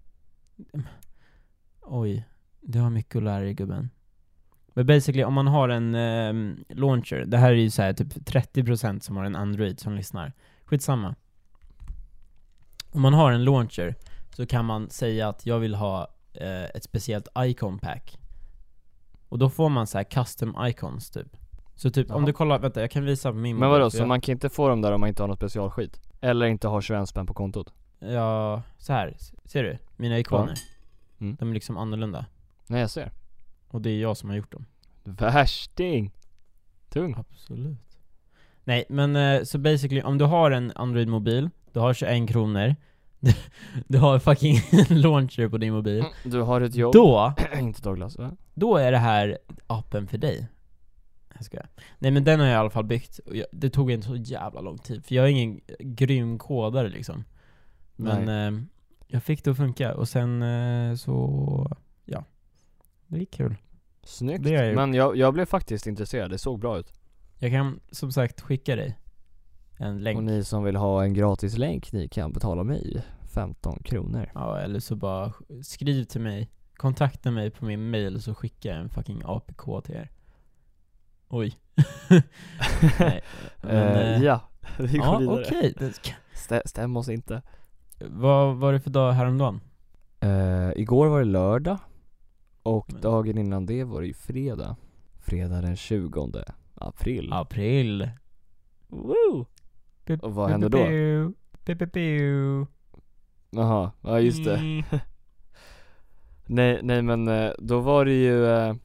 Oj, du har mycket att lära dig gubben. Men basically, om man har en ehm, launcher, det här är ju så här typ 30% som har en Android som lyssnar. Skitsamma. Om man har en launcher så kan man säga att jag vill ha eh, ett speciellt icon pack. Och då får man så här custom icons typ. Så typ, om
Jaha.
du kollar, vänta jag kan visa på min
Men vadå,
för
så
jag-
man kan inte få dem där om man inte har något specialskit? Eller inte har 21 spänn på kontot?
Ja, så här. ser du? Mina ikoner.
Mm.
De är liksom annorlunda.
Nej jag ser
Och det är jag som har gjort dem.
Värsting! Tung
Absolut. Nej, men eh, så basically, om du har en Android-mobil, du har 21 kronor, du, du har fucking launcher på din mobil,
Mm, Du har ett jobb
då,
Inte Douglas va?
då är det här appen för dig. Jag skojar. Nej men den har jag i alla fall byggt, och jag, det tog inte så jävla lång tid, för jag är ingen grym kodare liksom. Men eh, jag fick det att funka, och sen eh, så, ja. Det är kul.
Snyggt!
Det har jag gjort.
Men jag, jag blev faktiskt intresserad, det såg bra ut
Jag kan som sagt skicka dig en länk.
Och ni som vill ha en gratis länk, ni kan betala mig 15 kronor
Ja, eller så bara sk- skriv till mig, kontakta mig på min mail så skickar jag en fucking APK till er. Oj. Nej, men, eh,
Eh, Ja, vi går
ja,
vidare
okej. Det-
Stä- Stäm oss inte
Vad var det för dag häromdagen?
Eh, igår var det lördag och
Men-
dagen innan det var det ju fredag. Fredag den 20 april.
April.
Woo!
Pip,
Och vad hände då? Jaha, ja just det.
Mm.
Nej, nej men eh, då var det ju eh,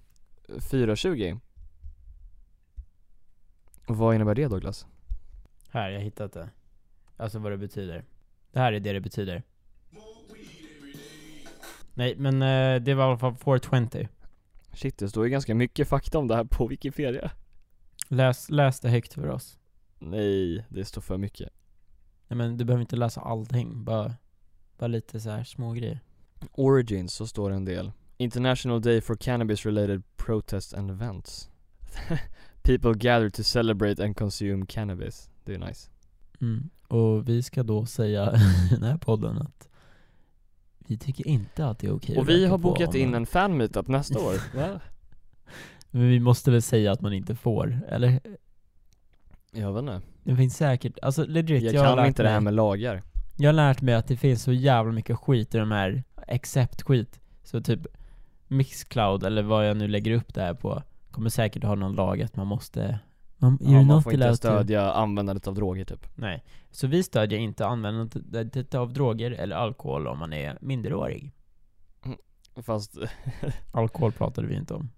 4.20. Och vad innebär det Douglas?
Här, jag har hittat det. Alltså vad det betyder. Det här är det det betyder. Nej, men eh, det var i alla fall 420.
Shit, det står ju ganska mycket fakta om det här på Wikipedia
Läs, läs det högt för oss.
Nej, det står för mycket
Nej men du behöver inte läsa allting, bara, bara lite så här små grejer.
Origins så står det en del International Day for Cannabis Related Protests and Events People gather to celebrate and consume cannabis Det är nice
Mm. Och vi ska då säga i den här podden att vi tycker inte att det är okej
Och
att
vi
röka
har
på
bokat in
online.
en fan meetup nästa år ja.
Men vi måste väl säga att man inte får, eller?
Jag vet inte,
Det finns säkert, alltså legit,
jag,
har
kan
lärt
inte det här
mig-
med lagar
Jag har lärt mig att det finns så jävla mycket skit i de här accept-skit. Så typ Mixcloud, eller vad jag nu lägger upp det här på, kommer säkert ha någon lag att man måste... Man,
Ja,
you're
Man
not
får inte
allowed to...
stödja användandet av droger typ
Nej. Så vi stödjer inte användandet av droger eller alkohol om man är minderårig.
Fast, eh,
Alkohol pratade vi inte om,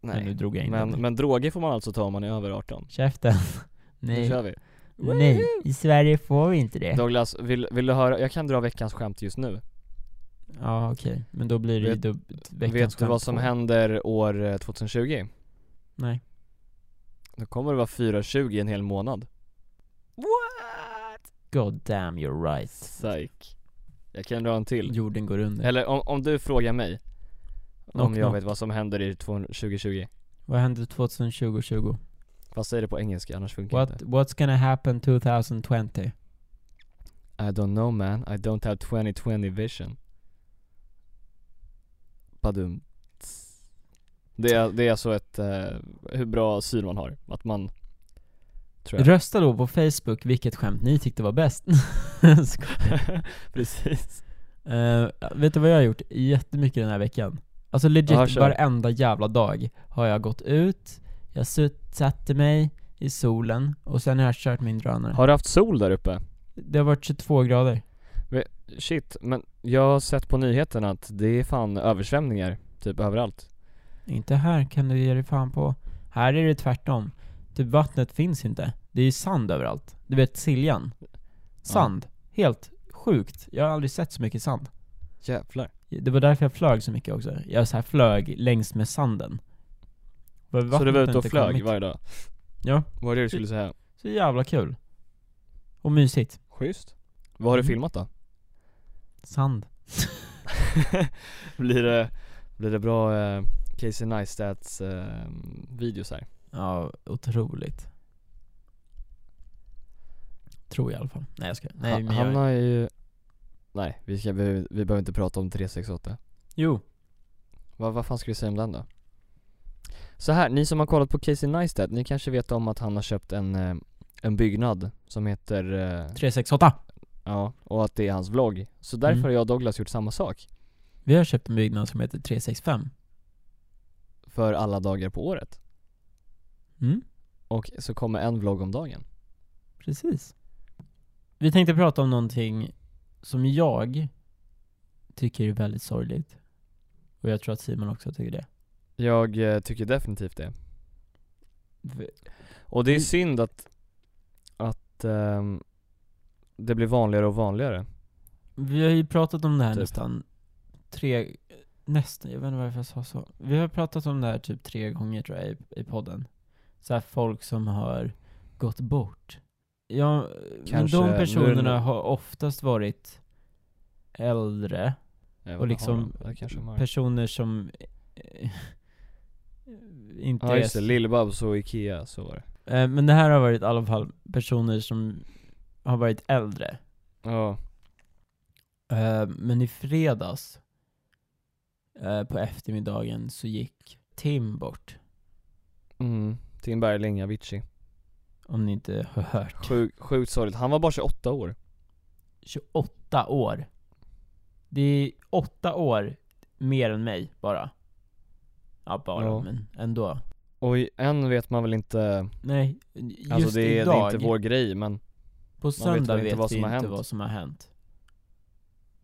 men nu
nej
drog jag in
men,
men,
men droger får man alltså ta om man är över 18
Käften.
Nu
Nej.
kör vi
Nej, i Sverige får vi inte det.
Douglas, vill, vill du höra, jag kan dra veckans skämt just nu
Ja, okej. Men då blir det ju
Vet-
dubb- veckans
Vet du
skämt
vad som
på.
händer år eh, 2020?
Nej.
Då kommer det vara 4.20 i en hel månad
God damn you're right.
Psyk Jag kan dra en till
Jorden går under.
Eller om, om du frågar mig Om
Knock,
jag
knock.
vet vad som händer i 2020
Vad hände 2020?
Fast säg det på engelska annars funkar
What,
inte
what's gonna happen 2020?
I don't know man, I don't have 2020 vision Badum det är, det är alltså ett, eh, hur bra syn man har, att man Tror jag
Rösta då på Facebook vilket skämt ni tyckte var bäst. Sko-
Precis
Eh, vet du vad jag har gjort jättemycket den här veckan? Alltså legit,
Ja, kör.
varenda jävla dag har jag gått ut, jag sutt, satte mig i solen och sen har jag kört min drönare.
Har du haft sol där uppe?
Det har varit 22 grader.
Shit, men jag har sett på nyheterna att det är fan översvämningar typ överallt
Inte här kan du ge dig fan på. Här är det tvärtom. Typ vattnet finns inte. Det är ju sand överallt. Du vet Siljan? Sand. Helt sjukt. Jag har aldrig sett så mycket sand.
Jävlar
Det var därför jag flög så mycket också. Jag så här flög längs med sanden. För
Så du
vattnet
var
har
ute och
inte
flög
kommit.
varje dag?
Ja.
Vad var det du skulle säga?
Så jävla kul. Och mysigt.
Schysst Vad har du
Mm.
filmat då?
Sand.
blir, det, blir det bra eh, Casey Neistats eh, videos här?
Ja, otroligt. Tror jag i alla fall. Nej jag ska. Nej
han
men
han
jag...
har ju Nej, vi, ska, vi, vi behöver inte prata om 368
Jo.
Vad, vad fan ska vi säga om den då? Så här, ni som har kollat på Casey Neistat, ni kanske vet om att han har köpt en, eh, en byggnad som heter eh,
368.
Ja, och att det är hans vlogg. Så därför
Mm.
har jag och Douglas gjort samma sak.
Vi har köpt en byggnad som heter 365.
För alla dagar på året.
Mm.
Och så kommer en vlogg om dagen.
Precis. Vi tänkte prata om någonting som jag tycker är väldigt sorgligt. Och jag tror att Simon också tycker det.
Jag eh, tycker definitivt det. Och det är
Mm.
synd att, att ehm, det blir vanligare och vanligare.
Vi har ju pratat om det här
Typ.
nästan tre, nästan, jag vet inte varför jag sa så. Vi har pratat om det här typ tre gånger tror jag i, i podden. Så här folk som har gått bort. Ja,
Kanske-
men
nu är
de
det
personerna
nog-
har oftast varit äldre.
Även
Och liksom
har de- det kanske de har.
personer som eh, inte
Ja
är
just det, Lill-Babs och Ikea, så var det.
eh, Men det här har varit i alla fall personer som har varit äldre.
Ja,
Eh, men i fredags eh, på eftermiddagen så gick Tim bort.
mm. Tim Bergling, Avicii.
Om ni inte har hört.
Sjuk, sjukt sorgligt. Han var bara 28 år.
28 år. Det är 8 år mer än mig bara. Ja bara,
Ja.
men ändå.
Och i- än vet man väl inte,
Nej, just
alltså det, är-
idag.
det är inte vår grej men
På
väl
söndag
inte
vet,
vad
vi
som har
inte
hänt.
vad som har hänt.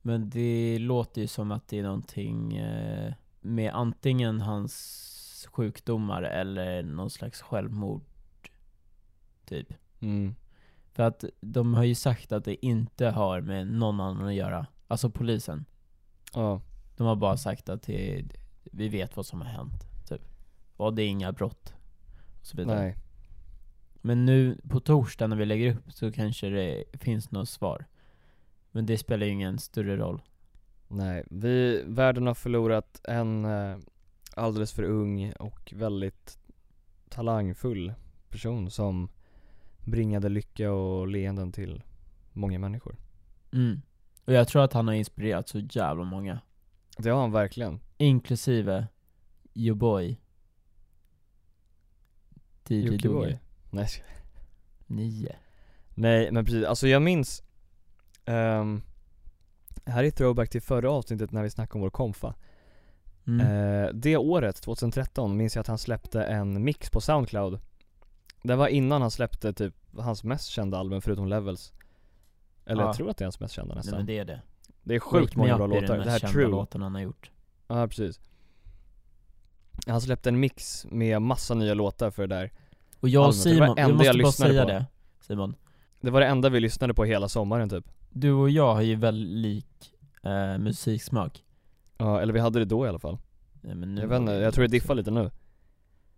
Men det låter ju som att det är någonting eh, med antingen hans sjukdomar eller någon slags självmord typ.
Mm.
För att de har ju sagt att det inte har med någon annan att göra. Alltså polisen.
Ja.
De har bara sagt att det, vi vet vad som har hänt, typ. Och det är inga brott. Och så vidare.
Nej.
Men nu på torsdag när vi lägger upp så kanske det finns något svar. Men det spelar ju ingen större roll.
Nej. Vi, världen har förlorat en eh, alldeles för ung och väldigt talangfull person som bringade lycka och leenden till många människor.
Mm. Och jag tror att han har inspirerat så jävla många.
Det har han verkligen.
Inklusive your boy. DJ Dogge.
Nej, jag
Nio.
Nej men precis, alltså jag minns ehm, Här är throwback till förra avsnittet när vi snackade om vår konfa
Mm.
Eh, Det året, 2013, minns jag att han släppte en mix på Soundcloud Det var innan han släppte typ hans mest kända album förutom Levels Eller
Ja.
jag tror att det är hans mest kända
Nej
nästan
men det är det.
Det är sjukt
Wake Me
många
Up
bra
är den
låtar, det
mest
här
kända
True
låten han har gjort.
Ja precis Han släppte en mix med massa nya låtar för det där
Och jag och
Allmänt, Alltså, det var
Simon,
det
jag
enda
måste bara
jag lyssnade
säga
på.
det. Simon.
Det var det enda vi lyssnade på hela sommaren typ
Du och jag har ju väldigt lik eh, musiksmak.
Ja, eller vi hade det då i alla fall
Nej, men nu
Jag vet
har
inte,
vi- liksom-
jag tror det diffar lite nu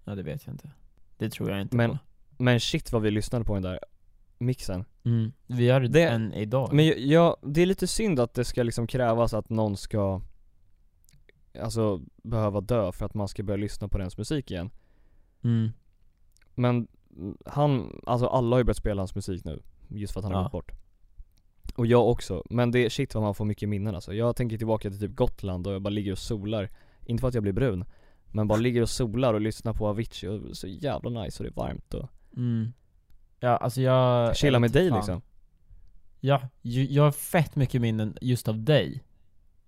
Ja det vet jag inte. Det tror jag inte
Men-
på.
Men shit vad vi lyssnade på den där mixen
Mm. Vi gör det,
Det-
än idag.
Men jag- jag, det är lite synd att det ska liksom krävas att någon ska Alltså behöva dö för att man ska börja lyssna på dens musik igen
mm.
Men mm, han, alltså alla har ju börjat spela hans musik nu Just för att han har
Ja.
gått bort Och jag också, men det är shit vad man får mycket minnen alltså Jag tänker tillbaka till typ Gotland och jag bara ligger och solar Inte för att jag blir brun Men bara ligger och solar och lyssnar på Avicii och det är så jävla nice och det är varmt och
Mm. Ja alltså jag... jag
Chilla
vet
med
inte
dig
fan.
liksom
Ja, ju- jag har fett mycket minnen just av dig.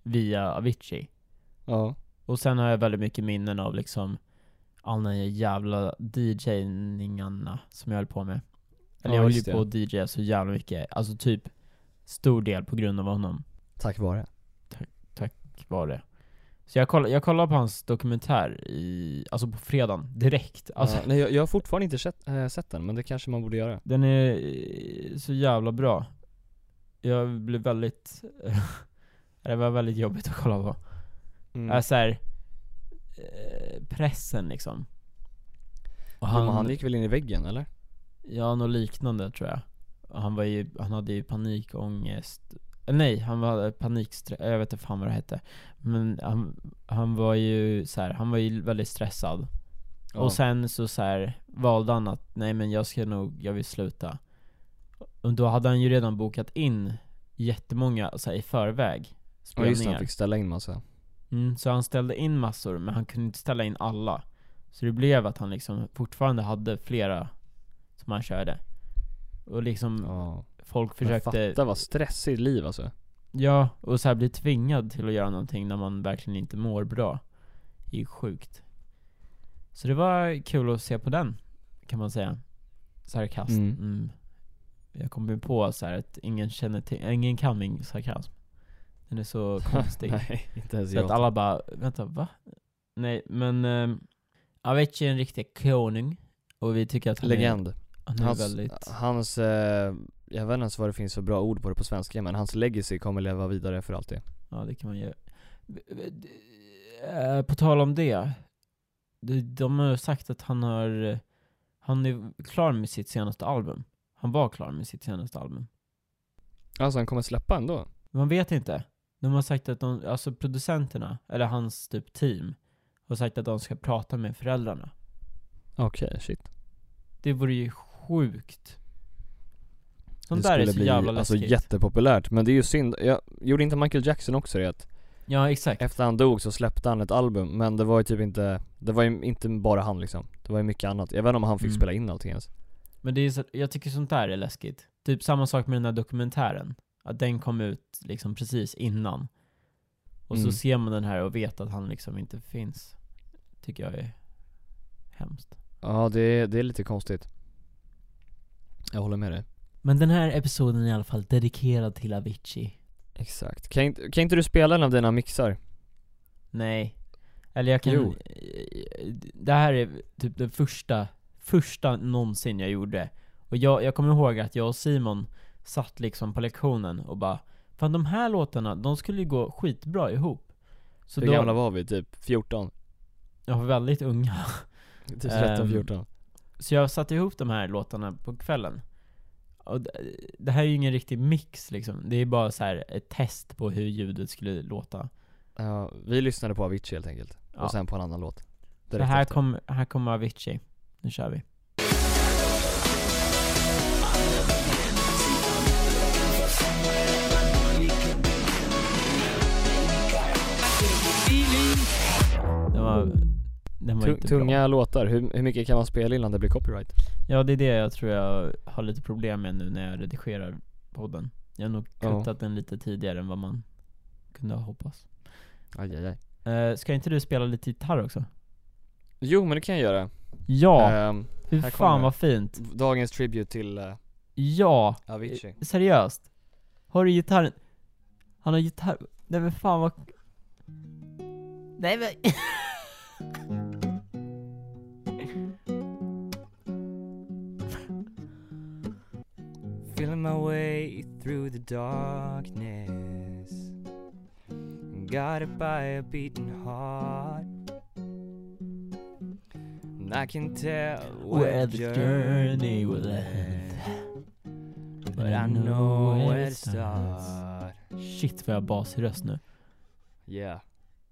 Via Avicii.
Ja,
Och sen har jag väldigt mycket minnen av liksom alla de jävla DJ-ningarna som jag höll på med. Eller
Ja,
jag höll
just
ju på att DJ så jävla mycket. Alltså typ, stor del på grund av honom
tack vare
var det. Så jag kollade, jag kollade på hans dokumentär i, alltså på fredagen, direkt. Alltså,
Alltså, nej, jag, jag har fortfarande inte sett, eh, sett den, men det kanske man borde göra.
Den är eh, så jävla bra. Jag blev väldigt, det var väldigt jobbigt att kolla på.
Äh,
Mm. så här, eh, pressen liksom. Och
han,
han,
men han gick väl in i väggen eller?
ja något liknande tror jag. Och Han var ju, han hade ju panikångest. Eh, Nej, han hade panikstress, jag vet inte fan vad det hette. Men han, han var ju så här, han var ju väldigt stressad.
Ja.
Och sen så, så här, valde han att, nej men jag ska nog, jag vill sluta. Och då hade han ju redan bokat in jättemånga så här, i förväg
ja, just det, han
spelningar.
fick ställa in massa.
Mm, så han ställde in massor, men han kunde inte ställa in alla. Så det blev att han liksom fortfarande hade flera som han körde. Och liksom
Ja.
folk
Men
försökte,
Fatta vad stressigt liv alltså.
ja, och så här bli tvingad till att göra någonting när man verkligen inte mår bra. Det är ju sjukt. Så det var kul att se på den, kan man säga. Sarkasm. Mm.
Mm.
Jag kom ju på så här att ingen känner till, ingen kan min sarkasm. Den är så konstig.
Nej, inte ens
Så att
jag.
alla bara, vänta va? Nej men ehm, Avicii är en riktig konung och vi tycker att han
Legend.
är, han är
Hans,
väldigt,
hans eh, jag vet inte ens vad det finns för bra ord på det på svenska men hans legacy kommer leva vidare för alltid.
ja det kan man ju Eh, På tal om det, de, de har sagt att han har, han är klar med sitt senaste album. Han var klar med sitt senaste album.
Alltså han kommer släppa ändå?
Man vet inte. De har sagt att de, alltså producenterna, eller hans typ team, har sagt att de ska prata med föräldrarna.
Okej, shit.
Det vore ju sjukt. Sånt
det
där är
skulle
så
bli
jävla
alltså
läskigt.
jättepopulärt men det är ju synd, jag, gjorde inte Michael Jackson också det? Att
ja, exakt.
Efter han dog så släppte han ett album men det var ju typ inte, det var ju inte bara han liksom Det var ju mycket annat, jag vet inte om han fick
Mm.
spela in allting alltså. ens
Men det är så, jag tycker sånt där är läskigt. Typ samma sak med den här dokumentären. Att den kom ut liksom precis innan. Och så
Mm.
ser man den här och vet att han liksom inte finns. Tycker jag är hemskt.
Ja det är, det är lite konstigt Jag håller med dig
Men den här episoden är i alla fall dedikerad till Avicii.
Exakt, kan inte, kan inte du spela en av dina mixar?
Nej. Eller jag kan... Eh,
Jo.
Det här är typ den första, första någonsin jag gjorde. Och Och jag, jag kommer ihåg att jag och Simon satt liksom på lektionen och bara Fan de här låtarna, de skulle ju gå skitbra ihop. Så
Hur gamla var vi? Typ 14?
Jag var väldigt unga.
Typ
Ehm,
13-14?
Så jag satte ihop de här låtarna på kvällen. Och d- det här är ju ingen riktig mix liksom. Det är bara så här ett test på hur ljudet skulle låta.
Ja, vi lyssnade på Avicii helt enkelt,
Ja.
och sen på en annan låt
Så
Direkt
här,
efter.
kom, här kommer Avicii. Nu kör vi. Den var, den var
Tu-
inte bra.
Tunga låtar, hur, hur mycket kan man spela innan det blir copyright?
Ja det är det jag tror jag har lite problem med nu när jag redigerar podden Jag har nog
Ja.
kuttat den lite tidigare än vad man kunde ha hoppats
Aj, aj, aj.
uh, Ska inte du spela lite gitarr också?
Jo men det kan jag göra
Ja!
Ehm,
Fy
här
fan
kommer
vad fint!
Dagens tribute till eh,
Ja!
Avicii
Eh, Seriöst? Har du gitarren? Han har gitarr... Nej men fan vad... Nej men...
Feeling my way through the darkness. Guided by a beating heart. And I can tell
Where the journey will end
But I know where to start.
Shit vad jag har basröst nu
Yeah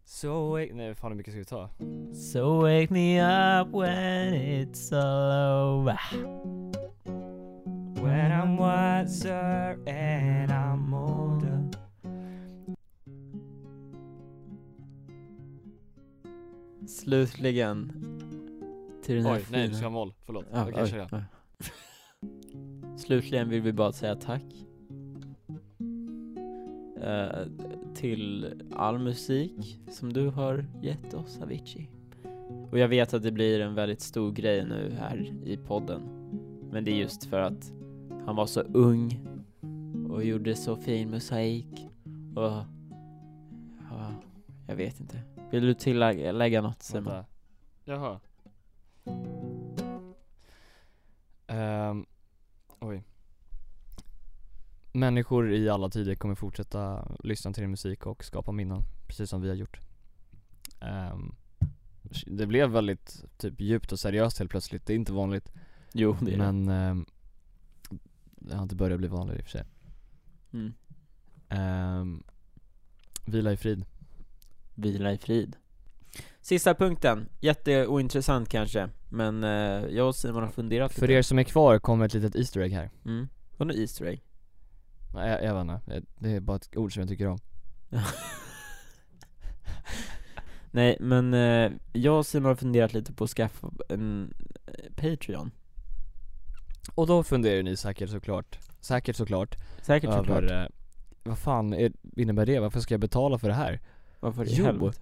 So wait, nej fan hur mycket ska vi ta?
So wake me up when it's all over
When I'm wiser and I'm older.
Slutligen till den här
Oj, nej du
fina-
ska ha moll, förlåt,
Ja,
okej
Ah, oj,
kör igen
ja. Slutligen vill vi bara säga tack eh, till all musik som du har gett oss Avicii. Och jag vet att det blir en väldigt stor grej nu här i podden. Men det är just för att han var så ung och gjorde så fin musik. Och ja, jag vet inte. Vill du tillägga lägga något Simon?
Vänta. Jaha Ehm, Oj Människor i alla tider kommer fortsätta lyssna till din musik och skapa minnen, precis som vi har gjort Ehm, Det blev väldigt typ djupt och seriöst helt plötsligt, det är inte vanligt
Jo, det är det.
Men ehm, det har inte börjat bli vanligare i och för sig
Mm.
Ehm, Vila i frid
Typ vila i frid. Sista punkten, jätteointressant kanske, men eh, jag och Simon har funderat
För
lite.
er som är kvar kommer ett litet Easter egg här
Mm. Vadå Easter egg?
Nej jag, jag vet inte, det är bara ett ord som jag tycker om
Nej, men eh, jag och Simon har funderat lite på att skaffa en eh, Patreon.
Och då funderar ni säkert såklart, säkert såklart
Säkert såklart.
över eh, Vad fan är, innebär det? Varför ska jag betala för det här?
Varför i
Jo.
helvete?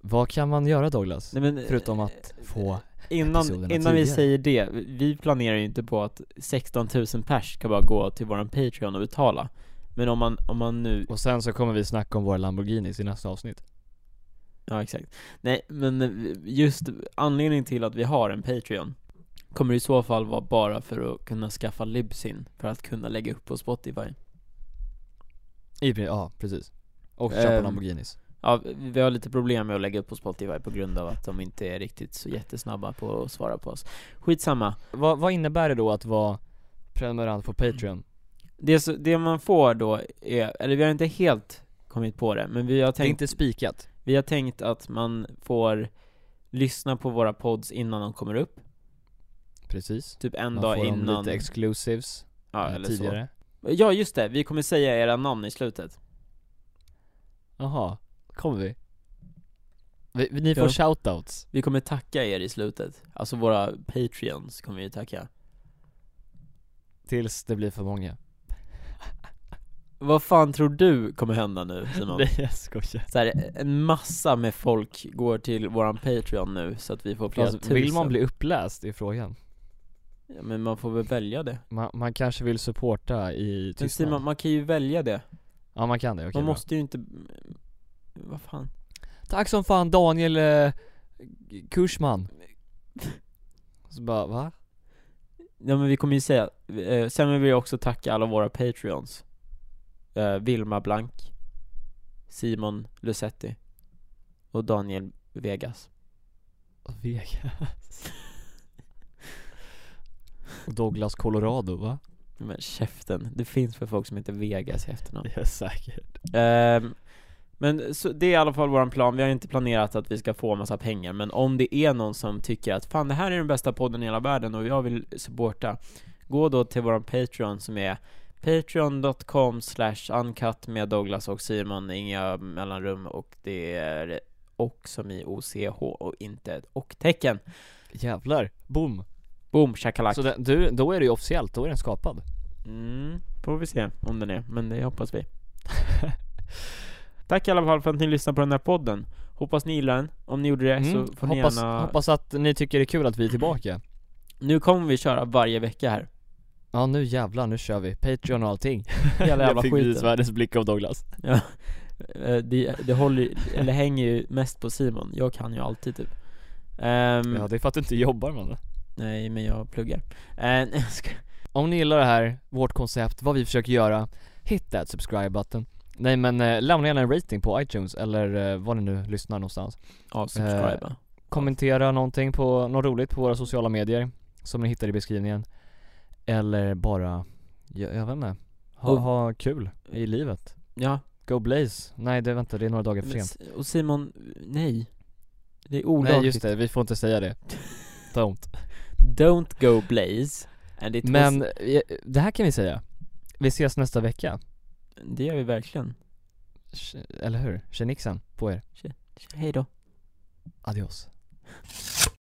Vad kan man göra Douglas?
Nej, men, eh,
Förutom att få
Innan,
episoderna
innan vi
tidigare.
säger det, vi planerar ju inte på att 16 000 pers ska bara gå till våran Patreon och betala. Men om man, om man nu
Och sen så kommer vi snacka om våra Lamborghinis i nästa avsnitt
Ja, exakt. Nej, men eh, just anledningen till att vi har en Patreon kommer i så fall vara bara för att kunna skaffa Libsyn för att kunna lägga upp på Spotify.
I, pri- ja precis Och köpa
Ehm.
Lamborghinis
Ja, vi har lite problem med att lägga upp på Spotify på grund av att de inte är riktigt så jättesnabba på att svara på oss. Skitsamma.
Vad, vad innebär det då att vara prenumerant på Patreon?
Det, så, det man får då är, eller vi har inte helt kommit på det, men vi har
Det är
tänkt
inte spikat.
Vi har tänkt att man får lyssna på våra pods innan de kommer upp,
Precis.
typ en
Man
dag
får dem
innan.
lite exclusives
ja,
eh,
eller så.
tidigare.
Ja just det, vi kommer säga era namn i slutet
Jaha, kommer vi? vi vi- ni får
Ja.
shoutouts.
Vi kommer tacka er i slutet, alltså våra patreons kommer vi tacka
Tills det blir för många.
Vad fan tror du kommer hända nu Simon?
Nej jag skojar.
Så här, en massa med folk går till våran patreon nu så att vi får flera
Fast
tusen
vill man bli uppläst i frågan?
ja, Men man får väl välja det
Man, man kanske vill supporta i
Men
tystnad?
Simon, man kan ju välja det,
ja man kan det, okej
man
bra.
måste ju inte Vad fan?
Tack som fan Daniel eh, Kursman. Så bara, va?
Ja men vi kommer ju säga, eh, sen vill jag också tacka alla våra patreons eh, Vilma Blank Simon Lusetti Och Daniel Vegas
Vegas Douglas Colorado va?
Men käften, det finns för folk som heter Vegas i efternamn
Ja säkert
Ehm, Men så, det är i alla fall våran plan, vi har inte planerat att vi ska få massa pengar Men om det är någon som tycker att fan det här är den bästa podden i hela världen och jag vill supporta Gå då till våran Patreon som är Patreon.com slash uncut med Douglas och Simon, inga mellanrum och det är och som i OCH och inte ett och-tecken.
Jävlar, boom!
Boom shakalak.
Så den, du, då är det ju officiellt, då är den skapad
Mm, får vi se om den är, men det hoppas vi. Tack i alla fall för att ni lyssnar på den här podden. Hoppas ni gillar den. Om ni gjorde det
Mm,
så får ni
hoppas,
gärna...
hoppas att ni tycker det är kul att vi är tillbaka
Nu kommer vi köra varje vecka här.
Ja nu jävlar, nu kör vi, Patreon och allting
Hela jävla
precis
skiten.
världens blick av Douglas
Ja. Eh, Det, det håller ju- eller hänger ju mest på Simon. Jag kan ju alltid typ. Ehm,
Ja det är för att du inte jobbar mannen
Nej, men jag pluggar. Eh, nej, jag skojar.
Om ni gillar det här, vårt koncept, vad vi försöker göra, hit that subscribe button Nej men eh, lämna gärna en rating på iTunes eller eh, var ni nu lyssnar någonstans
Ja, subscriba.
Kommentera någonting på, något roligt på våra sociala medier som ni hittar i beskrivningen Eller bara, jag, jag vet inte, ha,
Och-
ha kul i livet
Ja.
Go Blaze, nej det, vänta det är några dagar för
men
sent
S- Och Simon, nej. Det är olagligt.
Nej just det, vi får inte säga det Don't
Don't go blaze. And it
Men
was...
eh, det här kan vi säga Vi ses nästa vecka,
Det gör vi verkligen.
Sh- eller hur? Tjenixen på er,
Hej då.
adios